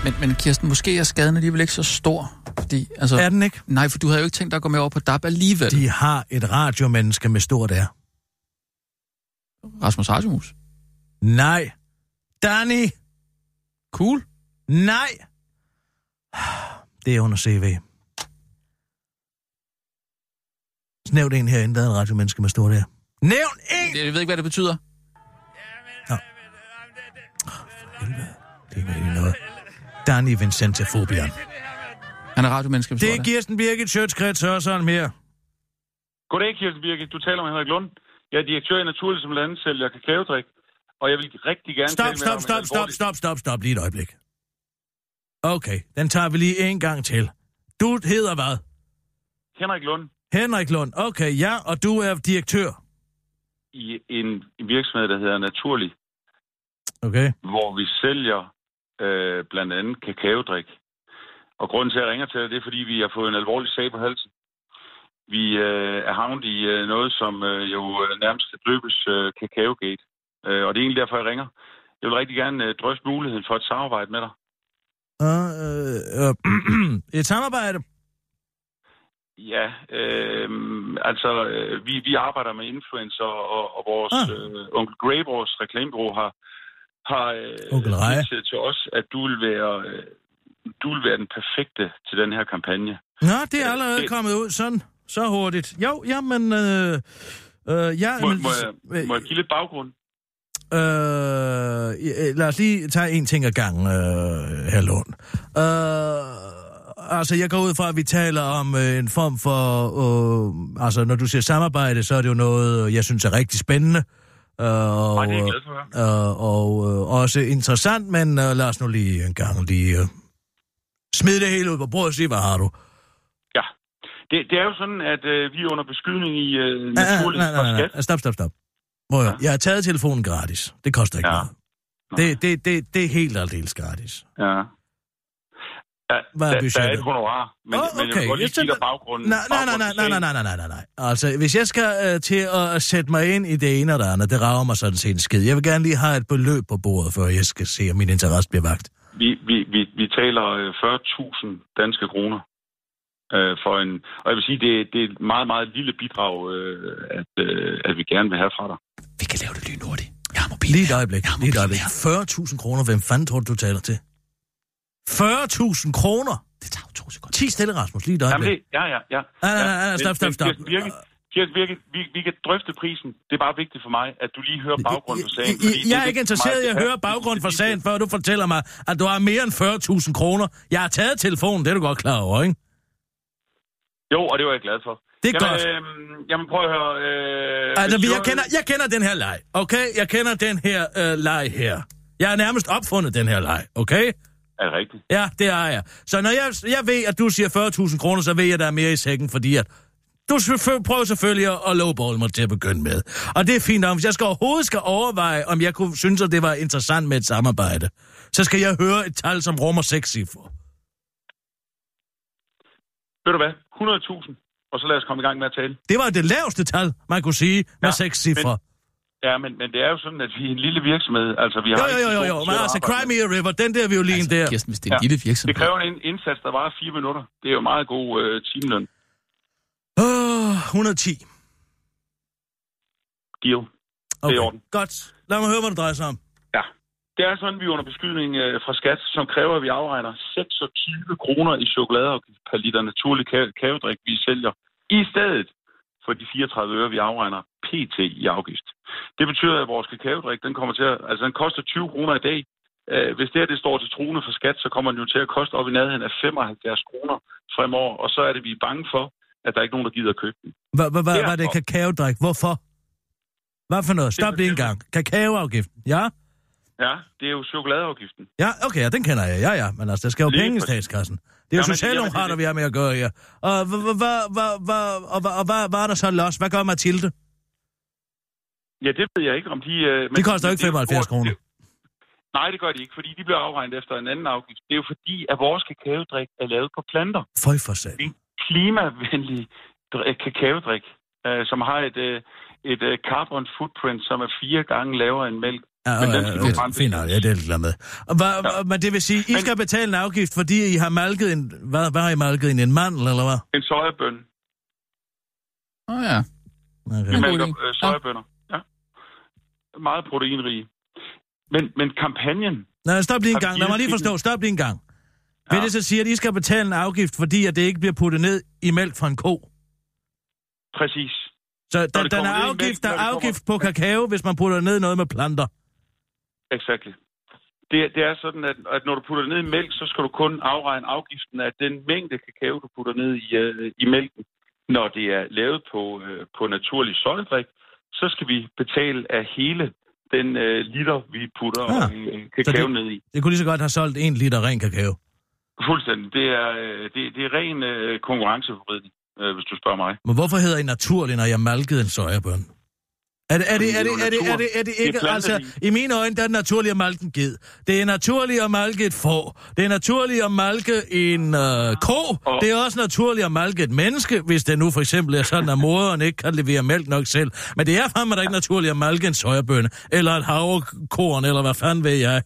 Men, men Kirsten, måske er skaden alligevel ikke så stor, fordi... Altså, Er den ikke? Nej, for du havde jo ikke tænkt dig at gå med over på DAB alligevel, De... De har et radiomenneske med stort R. Rasmus Hartimus. Nej. Danny. Cool. Nej. Det er under CV. Nævn en herinde, der er en radiomenneske med stort her. Nævn en! Jeg ved ikke, hvad det betyder. Det er ikke noget. Danny Vincente Fobian. Han er radiomenneske, Det er Kirsten Birgit Sjøtskrets Hørsholm her. Goddag, Kirsten Birke. Du taler med Henrik Lund. Jeg er direktør i Naturlig som landsælger kakaodrik, og jeg vil rigtig gerne Stop, tale med dig stop, om en stop, stop, alvorlig- stop, stop, stop, lige et øjeblik. Okay, den tager vi lige en gang til. Du hedder hvad? Henrik Lund Henrik Lund. Okay, ja, og du er direktør. i en virksomhed, der hedder Naturlig, Okay. hvor vi sælger øh, blandt andet kakaodrik. Og grunden til, at jeg ringer til dig, det er, fordi vi har fået en alvorlig sag på halsen. Vi øh, er havnet i øh, noget, som øh, jo øh, nærmest kan døbes øh, kakaogate. Øh, og det er egentlig derfor, jeg ringer. Jeg vil rigtig gerne øh, drøfte muligheden for et samarbejde med dig. Og, øh, øh, <clears throat> et samarbejde. Ja, øh, altså øh, vi, vi arbejder med influencer, og, og vores Ah. ah. øh, onkel Grey, vores reklamebureau, har, har øh, Onkel Reje. inviteret til os, at du vil være... Øh, du vil være den perfekte til den her kampagne. Nå, det er allerede det- kommet ud sådan, så hurtigt. Jo, jamen, øh, øh, ja, Må, men, må, jeg, må jeg give lidt baggrund? øh, øh, lad os lige tage en ting ad gangen, øh, herr Lund. Øh, altså, jeg går ud fra, at vi taler om øh, en form for, øh, altså, når du siger samarbejde, så er det jo noget, jeg synes er rigtig spændende. Øh, og, Nej, det er jeg glad for. at høre. øh, og øh, også interessant, men øh, lad os nu lige en gang lige øh, smide det hele ud på bordet og sige, hvad har du? Ja. Det, det er jo sådan, at øh, vi er under beskydning i øh, Ah, ah, naturlig nej, nej, nej, skat. nej. Stop, stop, stop. Prøv at høre. Jeg har taget telefonen gratis. Det koster ikke ja. Ja. noget. Det, det, det, det er helt aldeles gratis. Ja. Ja, Hvad er der, der er budgettet? et honorar, men, Åh, oh, okay. men jeg vil okay. godt Jeg lige give tænker- dig baggrunden. Nej, nej, nej, nej, nej, nej, nej, nej, nej, nej, nej. Altså, hvis jeg skal øh, til at sætte mig ind i det ene og det andet, det rager mig sådan set en skid. Jeg vil gerne lige have et beløb på bordet, før jeg skal se, om min interesse bliver vagt. Vi, vi, vi, vi taler øh, 40.000 danske kroner øh, for en... Og jeg vil sige, det, det er et meget, meget lille bidrag, øh, at, øh, at vi gerne vil have fra dig. Vi kan lave det lynhurtigt. Jeg har mobil. Lige et øjeblik, Jeg har lige et mobil øjeblik. her. 40.000 kroner, hvem fanden tror du, du taler til? 40.000 kroner? Det tager jo to sekunder. 10 stille, Rasmus, lige et Jamen, øjeblik. det, ja, ja, ja. Nej, nej, ja. nej, nej, Men- stop, stop, men stop. Kirsten Birke, Kirsten Birke, vi, vi kan drøfte prisen. Det er bare vigtigt for mig, at du lige hører baggrunden for sagen. Jeg, fordi det jeg er vigtigt ikke for mig, interesseret i at det høre her- baggrunden for det- det- sagen, før du fortæller mig, at du har mere end 40.000 kroner. Jeg har taget telefonen, det er du godt klar over, ikke? Jo, og det var jeg glad for. Det er jamen, godt. Øh, jamen, prøv at høre... Øh, Altså, hvis vi- du- jeg kender, jeg kender den her leg, okay? Jeg kender den her øh, leg her. Jeg har nærmest opfundet den her leg, okay? Er det rigtigt? Ja, det har jeg. Så når jeg, jeg ved, at du siger 40.000 kroner, så ved jeg, at der er mere i sækken, fordi at Du selvfø- prøver selvfølgelig at- at lowball mig til at begynde med. Og det er fint nok. Hvis jeg skal overhovedet skal overveje, om jeg kunne synes, at det var interessant med et samarbejde, så skal jeg høre et tal, som rummer seks cifre. Ved du hvad? 100.000, og så lad os komme i gang med at tale. Det var det laveste tal, man kunne sige med ja, Ja, seks cifre. Ja, men, men det er jo sådan, at vi er en lille virksomhed. Altså, vi har Jo, ikke jo, de jo, store jo. jo. Men budgetter at altså, arbejde Cry med. Me a River, den der violin altså, der. Kirsten, hvis det er en Ja. lille virksomhed. Det kræver en indsats, der varer fire minutter. Det er jo meget god øh, timeløn. Åh, 110. Deal. Okay. i orden. Godt. Lad mig høre, hvad det drejer sig om. Ja. Det er sådan, at vi er under beskydning øh, fra skat, som kræver, at vi afregner 26 kroner i chokoladeafgift per liter naturlig ka- kavedrik, vi sælger, i stedet for de 34 øre, vi afregner pt. i afgift. Det betyder, at vores kakaodrik, den kommer til at, altså den koster 20 kroner i dag. Øh, Hvis det her det står til truende for skat, så kommer den jo til at koste op i nærheden af 75 kroner fremover, og så er det, vi er bange for, at der er ikke nogen, der gider at købe den. Hvad hva, hva, Derfor. var det kakaodrik? Hvorfor? Hvad for noget? Stop er lige en simpelthen- gang. Kakaoafgiften, ja? Ja, det er jo chokoladeafgiften. Ja, okay, ja, den kender jeg. Ja, ja, men altså, der skal jo Lige penge i præcis. statskassen. Det er jo Jamen, jamen, socialdemokrater, det- vi har med at gøre her. Og hvad hva, hva, hva, og hva, og hva, hva er der så los? Hvad gør Mathilde? Ja, det ved jeg ikke, om de... Øh, men Det koster jo ikke er 75 stort- kroner. Nej, det gør de ikke, fordi de bliver afregnet efter en anden afgift. Det er jo fordi, at vores kakaodrik er lavet på planter. Føj for sat. En klimavenlig drik- kakaodrik, øh, som har et, øh, et øh, carbon footprint, som er fire gange lavere end mælk. Ja, men ja, den skal ja, du fedt. brænde. fint nok, ja, det er lidt med. Og Hva, hva, men det vil sige, I Men- skal betale en afgift, fordi I har malket en... Hvad, hvad har I malket en? En mandel, eller hvad? En sojabøn. Åh oh, ja. Vi Okay. Men- god mælker idé. øh, sojabønner. Ja. Meget proteinrige. Men, men kampagnen... Nej, stop lige en Har vi gang. Lad mig lige givet forstå. Stop lige en gang. Ja. Ja. Vil det så sige, at I skal betale en afgift, fordi at det ikke bliver puttet ned i mælk fra en ko? Præcis. Så der, den det er kommer ned i mælk, afgift, der når er det kommer- afgift på kakao, hvis man putter ned i noget med planter. Exakt. Det, er- det er sådan, at, at når du putter det ned i mælk, så skal du kun afregne afgiften af den mængde kakao, du putter ned i, øh, i mælken. Når det er lavet på, øh, på naturlig sojadrik, så skal vi betale af hele den øh, liter, vi putter Ah, øh, kakao så ned i. Det kunne lige så godt have solgt en liter ren kakao. Fuldstændig. Det er, øh, det, det er ren øh, konkurrenceforvridning, øh, hvis du spørger mig. Men hvorfor hedder I naturlig, når jeg malkede en sojabøn? Er det, er det, er Fordi det, det er er det, jo er det, er det natur. ikke, Det er altså, planterig. i mine øjne, der er det naturligt at malke en ged. Det er naturligt at malke et får. Det er naturligt at malke en øh, ko. Og- Det er også naturligt at malke et menneske, hvis det nu for eksempel er sådan, at moderen ikke kan levere mælk nok selv. Men det er fandme da ikke naturligt at malke en sojabønne, eller et havrekorn, eller hvad fanden ved jeg.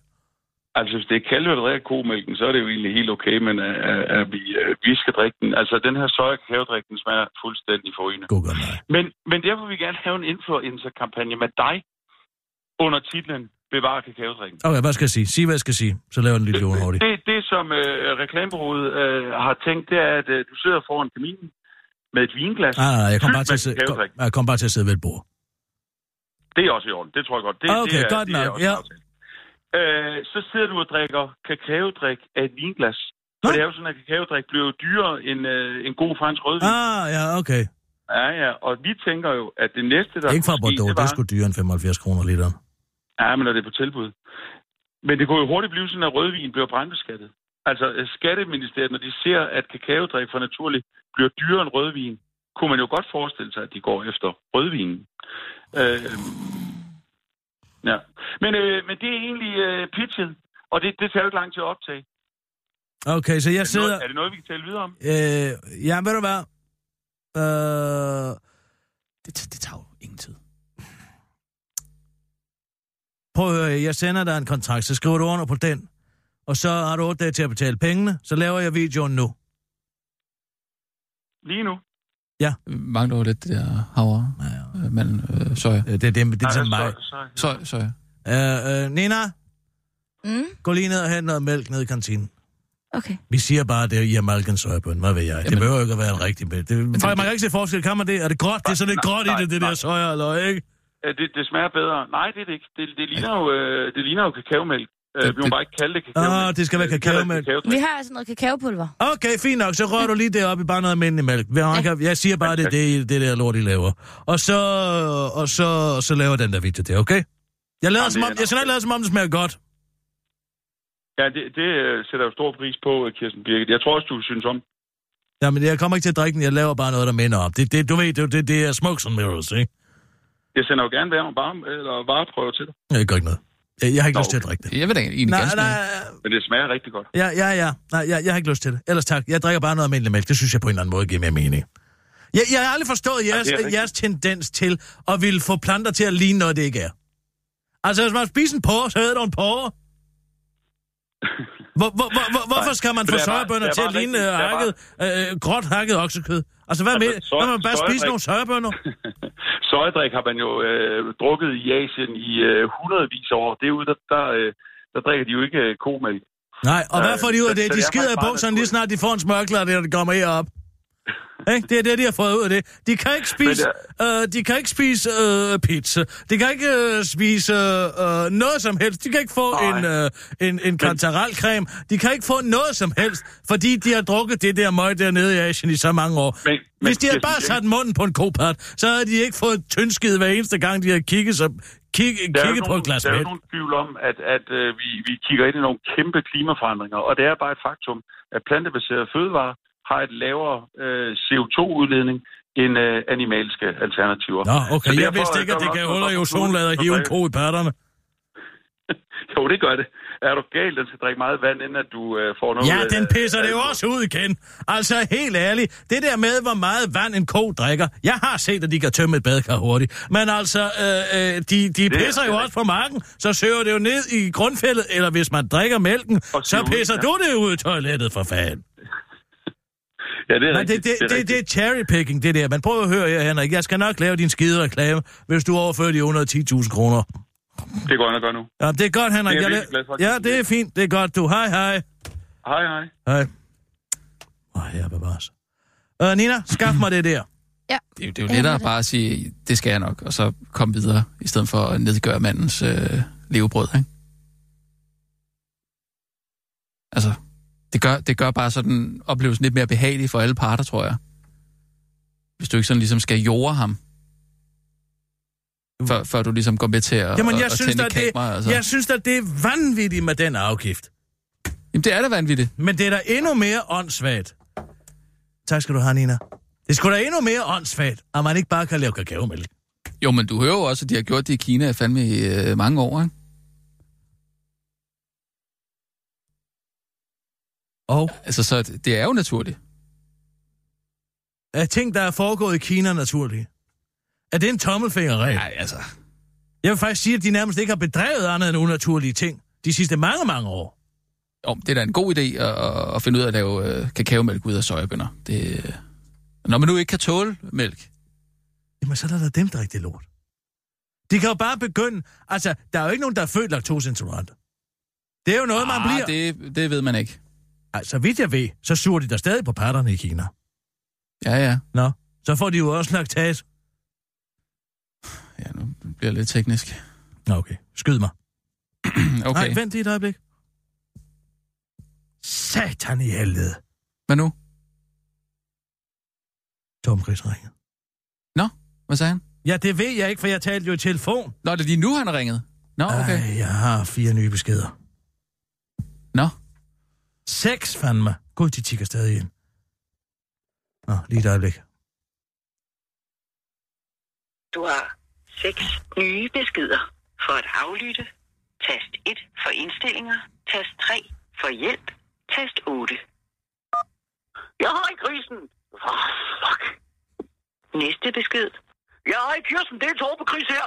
Altså, hvis det er kalvehydreret komælken, så er det jo egentlig helt okay, men at, at, at vi, øh, vi skal drikke den. Altså, den her sojakakaodrik, den smager fuldstændig forrygende. God gør mig. Men, men derfor vil vi gerne have en influencer-kampagne med dig under titlen Bevar kakaodrikken. Okay, hvad skal jeg sige? Sig, hvad jeg skal sige. Så laver jeg en lille jorden hurtigt. Det, det, som øh, reklamebureauet øh, har tænkt, det er, at øh, du sidder foran kaminen med et vinglas. Nej, nej, nej, Ah, jeg kom fyldt bare til at med sidde, kom, kakaodrik. jeg kom bare til at sidde ved et bord. Det er også i orden, det tror jeg godt. Det, Ah, Okay, det er, godt det er nok, også en ja. aftale. Øh, så sidder du og drikker kakaodrik af et vinglas. Nå. For det er jo sådan, at kakaodrik bliver jo dyrere end øh, en god fransk rødvin. Ah, ja, okay. Ja, ja, og vi tænker jo, at det næste, der Ikke fra kunne ske, Bordeaux, det er sgu dyrere end 75 kroner literen. Ja, men når det er på tilbud. Men det kunne jo hurtigt blive sådan, at rødvin bliver brandbeskattet. Altså øh, skatteministeriet, når de ser, at kakaodrik for naturligt bliver dyrere end rødvin, kunne man jo godt forestille sig, at de går efter rødvinen. Øh, ja. men, øh, men det er egentlig øh, pitchet, og det, det tager jo ikke lang tid at optage. Okay, så jeg Er det, noget, sidder... er det noget, vi kan tale videre om? Øh, ja, ved du hvad? Øh, Det, t- det tager jo ingen tid. prøv at høre, jeg sender dig en kontrakt, så skriver du under på den. Og så har du 8 dage til at betale pengene, så laver jeg videoen nu. Lige nu? Vi mangler jo lidt det der havre. Øh, men øh, soja. Øh, Det er det, det er til Nej, så- mig. så- Soja, soja. Øh, øh, Nina, Mm, gå lige ned og hent noget mælk ned i kantinen. okay. Vi siger bare, at det er i har malken søjebøn. Hvad ved jeg? Jamen. Det Jamen. behøver ikke at være en rigtig mælk. Det, for man kan ikke se forskel. Kan man det? Er det gråt? Det er sådan lidt Nej, gråt i nej, det, det nej. der soja, eller ikke? Ja, Øh, det, det smager bedre. Nej, det er det ikke. Det, det, ligner, jo, øh, det ligner jo kakaomælk. Øh, Det- vi må det- bare ikke kalde det kakaomælk. Åh, det skal være Øh, vi kalder det kakaomælk. kakaodrik. Vi har altså noget kakaopulver. Okay, fint nok. Så rører du lige deroppe i bare noget almindelig mælk. Hvad han kan- Jeg siger bare, det er det, det der lort, I laver. Og så, og så, og så laver den der video der, okay? Jeg lader Jamen, som om, det er jeg skal nok. lade som om, det smager godt. Ja, det, det øh, sætter jeg jo stor pris på, øh, Kirsten Birgit. Jeg tror også, du synes om. Jamen, jeg kommer ikke til at drikke den, jeg laver bare noget, der minder om. Det, det, du ved, det, det, det er smokes and mirrors, ikke? Jeg sender jo gerne varme, varme eller vareprøver til dig, Jeg gør ikke noget. Jeg, jeg har ikke Nå, lyst til at drikke det. Jeg vil da egentlig Nej, ganske nej, men det smager rigtig godt. ja, ja, ja. Nej, jeg, jeg har ikke lyst til det. Ellers tak. Jeg drikker bare noget almindelig mælk. Det synes jeg på en eller anden måde giver mere mening. Jeg, jeg har aldrig forstået jeres, det er rigtigt. jeres tendens til at ville få planter til at ligne noget, det ikke er. Altså, hvis man spiser en porre, så hedder det en <laughs> porre. Hvor, hvor, hvor, hvor, hvorfor Nej, skal man men få det er bare- sojabønner det er til at bare ligne øh, rigtigt. Det er hakket, øh, gråt hakket oksekød? Altså, hvad Altså, med soj- Når man bare sojadrik- spise nogle sojabønner? Søjedrik har man jo øh, drukket i Asien i øh, hundredvis af år. Derude, der, der, øh, der drikker de jo ikke øh, komælk. Nej, og hvad Øh, får de ud af så- det? så De det er skider i faktisk bare bukserne lige naturligt. snart, de får en smørklæder, der de kommer herop. Ikke? Det er det, de har fået ud af det. De kan ikke spise, øh, de kan ikke spise øh, pizza. De kan ikke øh, spise øh, noget som helst. De kan ikke få Nej. en, øh, en, en kantarelcreme. De kan ikke få noget som helst, fordi de har drukket det der møg dernede i Asien i så mange år. Men- men Hvis de havde jeg bare synes ikke- sat munden på en kopart, så havde de ikke fået tyndskid hver eneste gang, de havde kigget, så, kig, Der er, jo kigget på et nogen, glas der er mælk. jo nogen tvivl om, at, at øh, vi, vi kigger ind i nogle kæmpe klimaforandringer, og det er bare et faktum, at plantebaserede fødevarer har et lavere øh, CO2-udledning end øh, animalske alternativer. Nå, okay. Så Jeg derfor vidste ikke, er at det der nok gav noget huller i godt ozonlaget at fornuft, hive en der- ko i patterne. Jo, det gør det. Er du gal, den skal drikke meget vand, inden at du øh, får noget... Ja, ud af- den pisser det jo af- også ud igen. Altså, helt ærligt, det der med, hvor meget vand en ko drikker. Jeg har set, at de kan tømme et badkar hurtigt. Men altså, øh, øh, de, de pisser jo rigtigt. også på marken, så søger det jo ned i grundfældet, eller hvis man drikker mælken, Og så siver ud, pisser ja. du det ud i toilettet for fanden. Ja, det er Men det, rigtigt. det, det, det, rigtigt. det er cherrypicking, det der. Men prøv at høre her, Henrik. Jeg skal nok lave din skide reklame, hvis du overfører de 110.000 kroner. det går jeg gør nu. Ja, det er godt, Henrik. Det er jeg jeg virkelig glad for, at la- du ja, siger. det er fint. Det er godt, du. Hej, hej. Hej, hej. Hej. Åh, herre bevares. Øh, Nina, skaf mig det <laughs> der. Det, er jo- det er jo lettere bare at sige, det skal jeg nok, og så komme videre, i stedet for at nedgøre mandens øh, levebrød, ikke? Altså, det gør, det gør bare sådan oplevelsen lidt mere behagelig for alle parter, tror jeg. Hvis du ikke sådan ligesom skal jorde ham, før, før du ligesom går med til at, Jamen, jeg at synes, tænde da, det, kameraet. Altså. jeg synes at det er vanvittigt med den afgift. Jamen, det er da vanvittigt. Men det er da endnu mere åndssvagt. Tak skal du have, Nina. Det skulle da endnu mere åndssvagt, at man ikke bare kan lave kakaomælk. Jo, men du hører jo også, at de har gjort det i Kina fandme i øh, mange år, ikke? Og Altså, så det det er jo naturligt. er ting, der er foregået i Kina, naturlige. Er det en tommelfingerregel? Nej, altså. Jeg vil faktisk sige, at de nærmest ikke har bedrevet andet end unaturlige ting de sidste mange, mange år. Jo, det er da en god idé at- at, at finde ud af at lave øh, kakaomælk ud af sojabønner. Det, øh, når man nu ikke kan tåle mælk. Jamen, så er der da dem, der ikke det lort. De kan jo bare begynde... Altså, der er jo ikke nogen, der er født laktoseintolerante. Det er jo noget, man bliver... Ah, Det... Ah, det, det ved man ikke. Altså, vidt jeg ved, så suger de der stadig på patterne i Kina. Ja, ja. Nå, så får de jo også laktat. Ja, nu bliver det lidt teknisk. Nå, okay. Skyd mig. Mm, Okay. Okay, Nej, vent lige et øjeblik. Satan i helvede. hvad nu? Tom Chris ringede. Hvad sagde han? Ja, det ved jeg ikke, for jeg talte jo i telefon. Nå, det er lige nu, han har ringet. Nå, okay. Ej, jeg har fire nye beskeder. Nå. Seks, fandme. Gud, de tigger stadig ind. Nå, lige et øjeblik. Du har seks nye beskeder. For at aflytte, tast 1 for indstillinger, tast 3 for hjælp, tast 8. Jeg har ikke grisen. Oh, fuck. Næste besked. Jeg har ikke Kirsten Dels over på Chris her.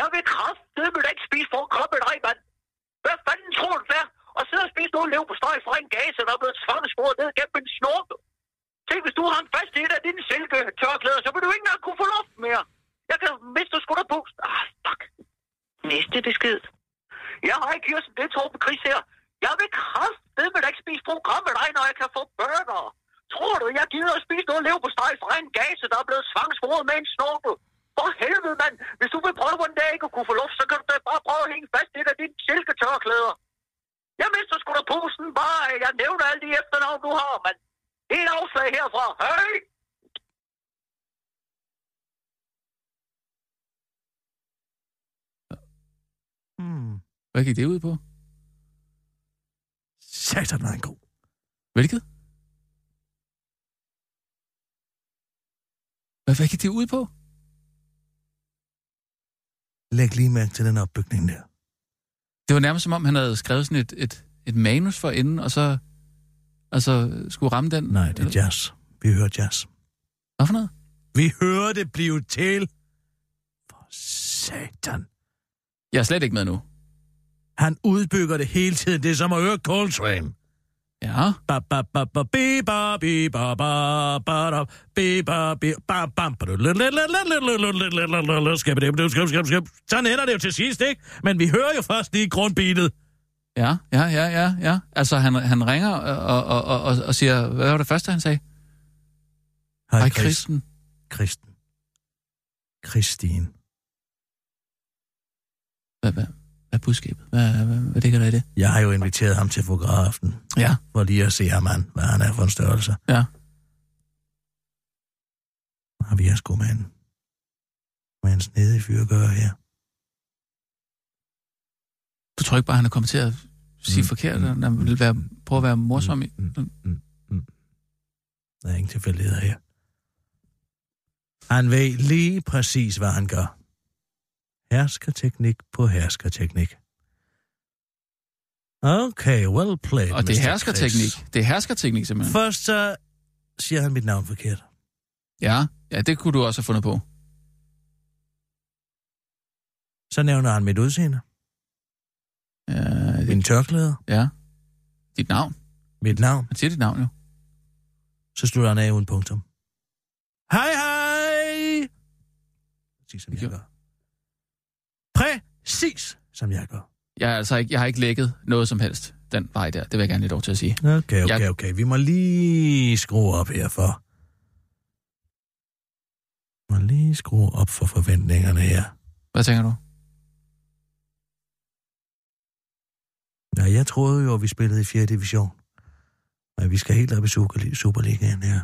Jeg vil kraftedeme da ikke spise for kroppe dig, mand. Hvad fanden tror du det er? Og sidde og spise noget lev på steg fra en gase, der er blevet tvangsbordet ned gennem en snork. Se, hvis du har en fast i et af dine silke tørklæder, så vil du ikke engang kunne få luft mere. Jeg kan miste sgu da pust. Ah, fuck. Næste besked. Jeg har ikke Kirsten Dels over på Chris her. Jeg vil kraftedeme da ikke spise for kroppe dig, når jeg kan få burger. Tror du, jeg gider at spise noget lev på steg fra en gase, der er blevet tvangsbordet med en snorkel? For helvede, mand. Hvis du vil prøve en dag ikke at kunne få luft, så kan du da bare prøve at hænge fast i et af dine silketørklæder. Jeg mister sgu da posen bare. Jeg nævner alle de efternavn, du har, mand. Det er et afslag herfra. Hej! Hmm. Hvad gik det ud på? Satan, hvor er han god. Hvilket? Hvad, hvad gik det ud på? Læg lige mærke til den opbygning der. Det var nærmest som om, han havde skrevet sådan et, et, et manus for inden, og så altså, skulle ramme den. Nej, det er jazz. Øh. Vi hører jazz. Hvad for noget? Vi hører det blive til. For satan. Jeg er slet ikke med nu. Han udbygger det hele tiden. Det er som at høre Coltrane. Ja. Ba, ba, ba, ba, bi, ba, bi, ba, ba, ba, da, bi, ba, bi, ba, bam, ba, du, la, la, la, la, la, la, la, la, la, la, la, la, skab, dab, dab, skab, skab, skab. Sådan ender det jo til sidst, ikke? Men vi hører jo først lige grundbeatet. Ja, ja, ja, ja, ja. Altså, han, han ringer og, og, og, og, og siger, hvad var det første, han sagde? Hej, Kristen. Kristen. Kristin. Hvad, hvad, hvad er budskabet? Hvad, hvad, hvad ligger der i det? Jeg har jo inviteret ham til fotografen, Ja. for lige at se ham an, hvad han er for en størrelse. Ja. Og vi er sgu med en, med en snedig fyr gør her. Du tror ikke bare, han er kommet til at sige Mm, mm, forkert, mm, mm, og han vil være, prøve at være morsom i? Mm, mm, mm, mm. Der er ingen tilfældigheder her. Han ved lige præcis, hvad han gør. Herskerteknik på herskerteknik. Okay, well played, Og Mr. det er Chris. herskerteknik. Det er herskerteknik, simpelthen. Først så siger han mit navn forkert. Ja, ja, det kunne du også have fundet på. Så nævner han mit udseende, Ja, det, min tørklæde, ja. Dit navn. mit navn. Han siger dit navn jo. Så slutter han af uden punktum. Hej, hej! Præcis som Det jeg gjorde- gør. Præcis som jeg gør. Jeg, er altså ikke, jeg har ikke lækket noget som helst den vej der. Det vil jeg gerne lidt over til at sige. Okay, okay, Jeg- okay. Vi må lige skrue op herfor. Vi må lige skrue op for forventningerne her. Hvad tænker du? Ja, jeg troede jo, at vi spillede i 4. division. Men vi skal helt op i Superli- Superligaen her.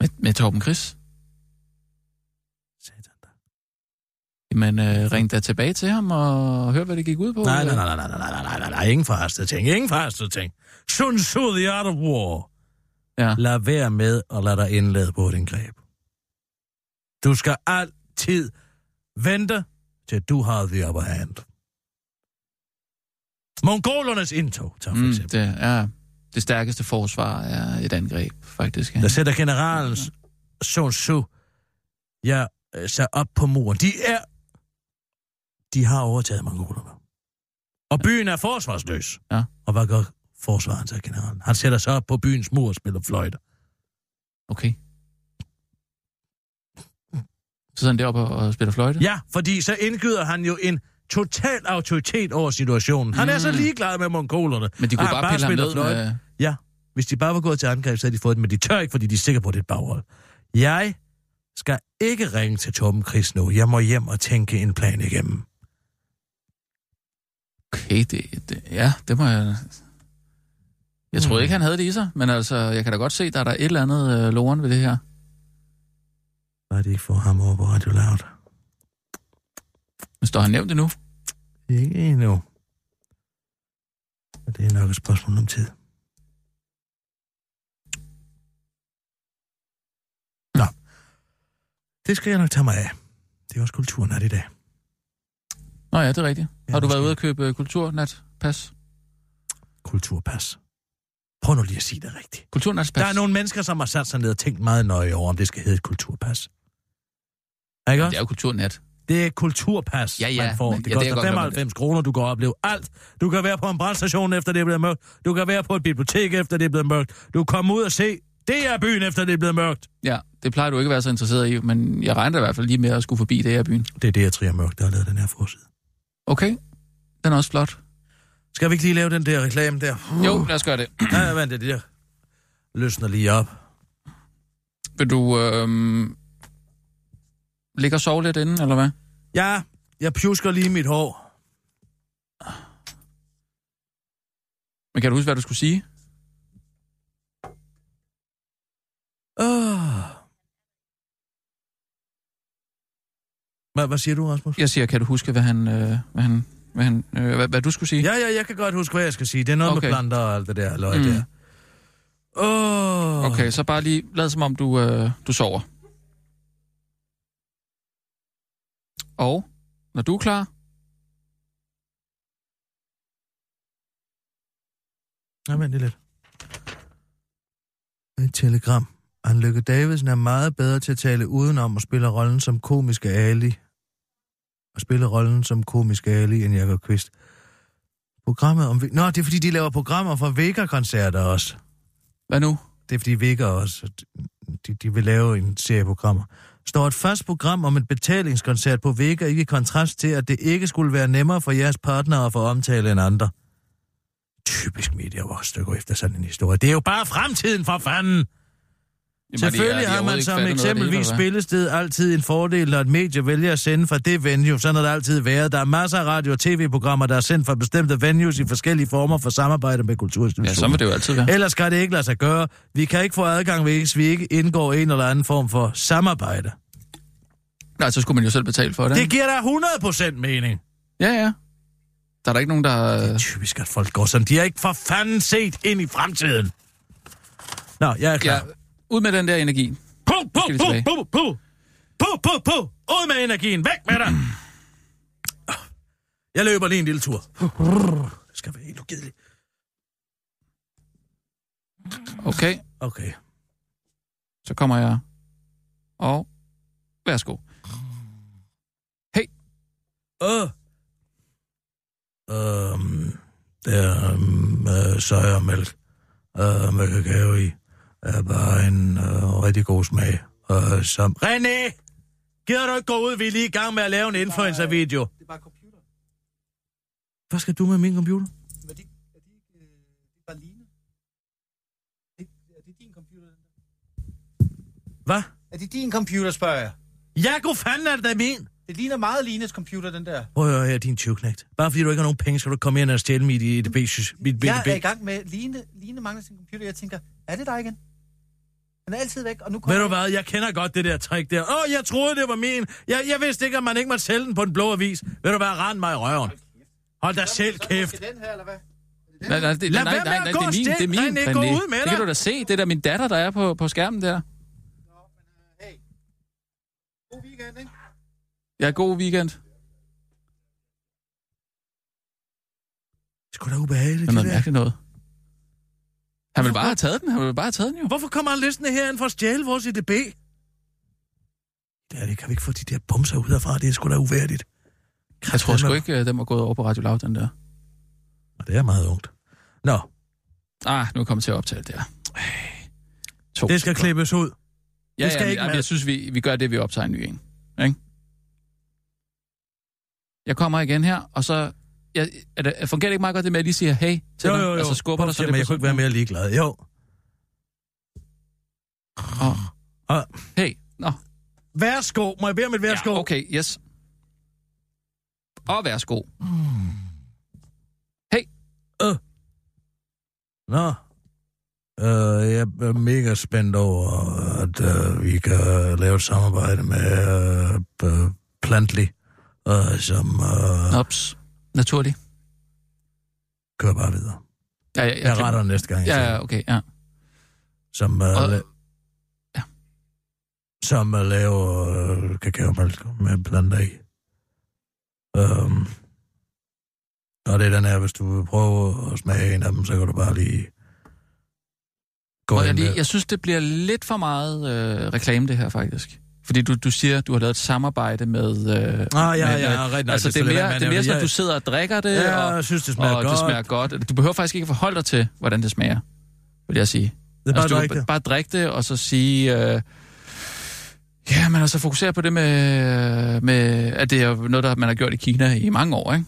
Med, med Torben Chris? Satan da. Jamen, øh, ring da tilbage til ham og hør, hvad det gik ud på. Nej, nej, eller? nej, nej, nej, nej, nej, nej, nej, nej, ingen forhastede ting, ingen forhastede ting. Sun Tzu, The Art of War. Ja. Lad være med og lad dig indlade på den greb. Du skal altid vente, til du har the upper hand. Mongolernes indtog, tager for Mm, eksempel. det er det stærkeste forsvar er et angreb, faktisk. Ja. Der sætter generalen Sun Tzu ja, øh, sig op på muren. De er... De har overtaget mongolerne. Og byen er forsvarsløs. Ja. Og hvad gør forsvaren sig generalen? Han sætter sig op på byens mur og spiller fløjte. Okay. Så sådan deroppe og, og spiller fløjte? Ja, fordi så indgyder han jo en total autoritet over situationen. Han er så Mm. ligeglad med mongolerne. Men de kunne Ah, bare, bare pille ham spiller ned fløjte. med... Ja, hvis de bare var gået til angreb, så havde de fået den, men de tør ikke, fordi de er sikre på, at det er et baghold. Jeg skal ikke ringe til Torben Chris nu. Jeg må hjem og tænke en plan igennem. Okay, det, det, ja, det må jeg... Jeg Hmm. troede ikke, han havde det i sig, men altså, jeg kan da godt se, der er der et eller andet øh, loren ved det her. Bare de ikke får ham over på Radio Loud. Men står han nævnt endnu? Ikke endnu. Og det er nok et spørgsmål om tid. Nå. Det skal jeg nok tage mig af. Det er også kulturnat i dag. Nå ja, det er rigtigt. Ja, Har du været måske. ude at købe øh, kulturnatpas? Kulturpas. Prøv nu lige at sige det rigtigt. Kulturnatspas? Der er nogle mennesker, som har sat sig ned og tænkt meget nøje over, om det skal hedde et kulturpas. Er ikke Det er jo kulturnat. Det er kulturpas, Ja, ja, man får. men- Det ja, det er koster jeg godt med på 95 kroner, du kan opleve alt. Du kan være på en brandstation, efter det er blevet mørkt. Du kan være på et bibliotek, efter det er blevet mørkt. Du kommer ud og se, det er byen, efter det er blevet mørkt. Ja, det plejer du ikke at være så interesseret i, men jeg regner i hvert fald lige med at skulle forbi det her byen. Det er det, jeg trier mørkt, der har lavet den her forside. Okay, den er også flot. Skal vi ikke lige lave den der reklame der? <clears throat> Jo, lad os gøre det. <clears throat> Nej, vent, det der løsner lige op. Vil du øh, ligge og sove lidt inden, eller hvad? Ja, jeg pjusker lige mit hår. Men kan du huske, hvad du skulle sige? Oh. Hvad, hvad siger du, Rasmus? Jeg siger, kan du huske, hvad han, øh, hvad, han, hvad, han øh, hvad, hvad du skulle sige? Ja, ja, jeg kan godt huske, hvad jeg skal sige. Det er noget okay. Okay. med planter og alt det der løg mm. Mm. der. Åh. Okay, så bare lige lad som om, du, øh, du sover. Og når du er klar... Nej, vent lige lidt. Et telegram. Han Lykke Davidsen er meget bedre til at tale udenom og spille rollen som komiske Ali. Og spille rollen som komiske Ali end Jakob Kvist. Programmet om... Nå, det er fordi, de laver programmer for Vega-koncerter også. Hvad nu? Det er fordi Vega også... De, de vil lave en serie programmer. Står et fast program om et betalingskoncert på Vega ikke i kontrast til, at det ikke skulle være nemmere for jeres partnere at få omtale end andre? Typisk medier, hvor stykker efter sådan en historie. Det er jo bare fremtiden for fanden! Jamen, Selvfølgelig de er- de har man overhovedet som ikke fattet noget af det hele, eksempelvis eller hvad? spillested altid en fordel, når et medie vælger at sende fra det venue. Sådan har det altid været. Der er masser af radio- og tv-programmer, der er sendt fra bestemte venues i forskellige former for samarbejde med kulturinstitutioner. Ja, så må det jo altid være. Ellers kan det ikke lade sig gøre. Vi kan ikke få adgang, hvis vi ikke indgår en eller anden form for samarbejde. Nej, så skulle man jo selv betale for det. Det ikke? giver da 100% mening. Ja, ja. Der er der ikke nogen, der... Det er typisk, at folk går sådan. De har ikke for fanden set ind i fremtiden. Nå, jeg er klar. Ja. Ja, ud med den der energi. Puh, puh, skal vi puh, tilbage. puh, puh. Puh, puh, puh. Ud med energien. Væk <clears throat> med dig. Jeg løber lige en lille tur. Det skal være helt ugideligt. Okay, Okay. så kommer jeg. Og værsgo. Åh. Øhm, det er øhm, øh, soja og mælk øh, med kakao i. Er bare en øh, rigtig god smag. Øh, som... René! Gider du ikke gå ud? Vi er lige i gang med at lave en influencer-video. Det er bare computer. Hvad skal du med min computer? øh, Hvad? Er det din computer, spørger jeg? Ja, god fanden er det da min? Det ligner meget Lines computer, den der. Prøv at høre her, din tyvknægt. Bare fordi du ikke har nogen penge, skal du komme ind og stjæle mit EDB. Mit Jeg er i EDB. gang med, Line, Line mangler sin computer. Jeg tænker, er det dig igen? Den er altid væk, og nu kommer Ved du hvad, jeg kender godt det der trick der. Åh, jeg troede, det var min. Jeg, jeg vidste ikke, at man ikke måtte sælge den på en blå avis. Ved du hvad, rend mig i røven. Hold da selv kæft. den her, eller hvad? Nej, nej, det, Lad nej, være med nej, at nej, gå det er min, og det er min, stjæle. Nej, nej, gå René. ud med Det dig. kan du da se, det er da min datter, der er på, på skærmen der. God weekend, ikke? Ja, god weekend. Sgu da ubehageligt, Det er det noget der. mærkeligt noget. Han ville bare have taget den, han ville bare have taget den jo. Hvorfor kommer han listende herind for at stjæle vores EDB? Ja, det kan vi ikke få de der bumser ud herfra. Det er sgu da uværdigt. Jeg tror sgu ikke, øh, den var gået over på Radio Loud, den der. Og det er meget ungt. Nå, Ah, nu kommer jeg til at optage det der. Øh, To det skal sekunder. klippes ud. Ja, Det skal ikke ja, ikke jeg, med. jeg synes, vi, vi gør det, vi optager en ny en. Ikke? Jeg kommer igen her, og så... Jeg, er det, fungerer det ikke meget godt, det med, at jeg lige siger hey til Jo, dig? jo, jo. Og så skubber dig så Jamen, jeg kunne ikke være mere ligeglad. Jo. Og, Og- hey, nå. Værsgo. Må jeg bede om et værsgo? Ja, okay, yes. Og værsgo. Nå. Øh, jeg er mega spændt over, at øh, vi kan øh, lave et samarbejde med øh, p- Plantly, øh, som øh, Ops. Naturligt. kører bare videre. Ja, ja, Jeg retter den næste gang. jeg Ja, ser ja, den. okay, ja. Som, øh, Og- la- ja. som øh, laver øh, kakaomælk med planter i. Øhm, og det er den her, hvis du vil prøve at smage en af dem, så kan du bare lige gå Må jeg, ind lige, der. jeg synes, det bliver lidt for meget øh, reklame, det her, faktisk. Fordi du, du siger, du har lavet et samarbejde med... Øh, Ah, ja, med- ja, med- rigtig nok, altså, det det er følger jeg mere, med, det er mere men sådan, jeg- at du sidder og drikker det, Ja, og, jeg synes, det smager og godt. det smager godt. Du behøver faktisk ikke at forholde dig til, hvordan det smager, vil jeg sige. Det er bare altså, du rigtigt. kan bare drikke det, og så sige... Øh, ja, men altså fokusere på det med, med, at det er noget, der man har gjort i Kina i mange år, ikke?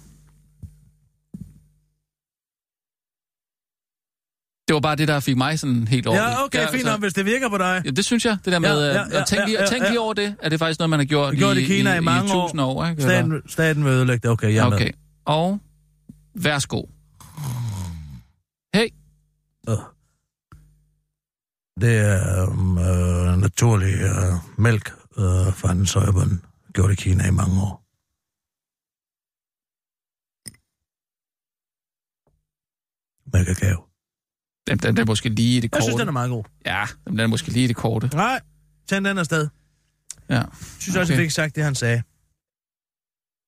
Det var bare det, der fik mig sådan helt over. Ja, okay, fint nok, hvis det virker på dig. Ja, det synes jeg, det der med, ja, ja, ja, tænk, lige, ja, ja, tænk ja. lige over det, at det er faktisk noget, man har gjort, Gjort i Kina i i, mange år. tusind år. ikke? Eller- Staten, staten vil ødelægge det. Okay, jeg er Okay, og værsgo. Hey, med. Øh. Det er um, øh, naturlig øh, mælk øh, fra en søjebund, gjort i Kina i mange år. Med kakao. den, den, den er måske lige i det Jeg korte. synes, den er meget god. Ja, den er måske lige i det korte. Nej, send den afsted. Ja. Jeg synes okay. også, Okay. jeg fik sagt det, han sagde.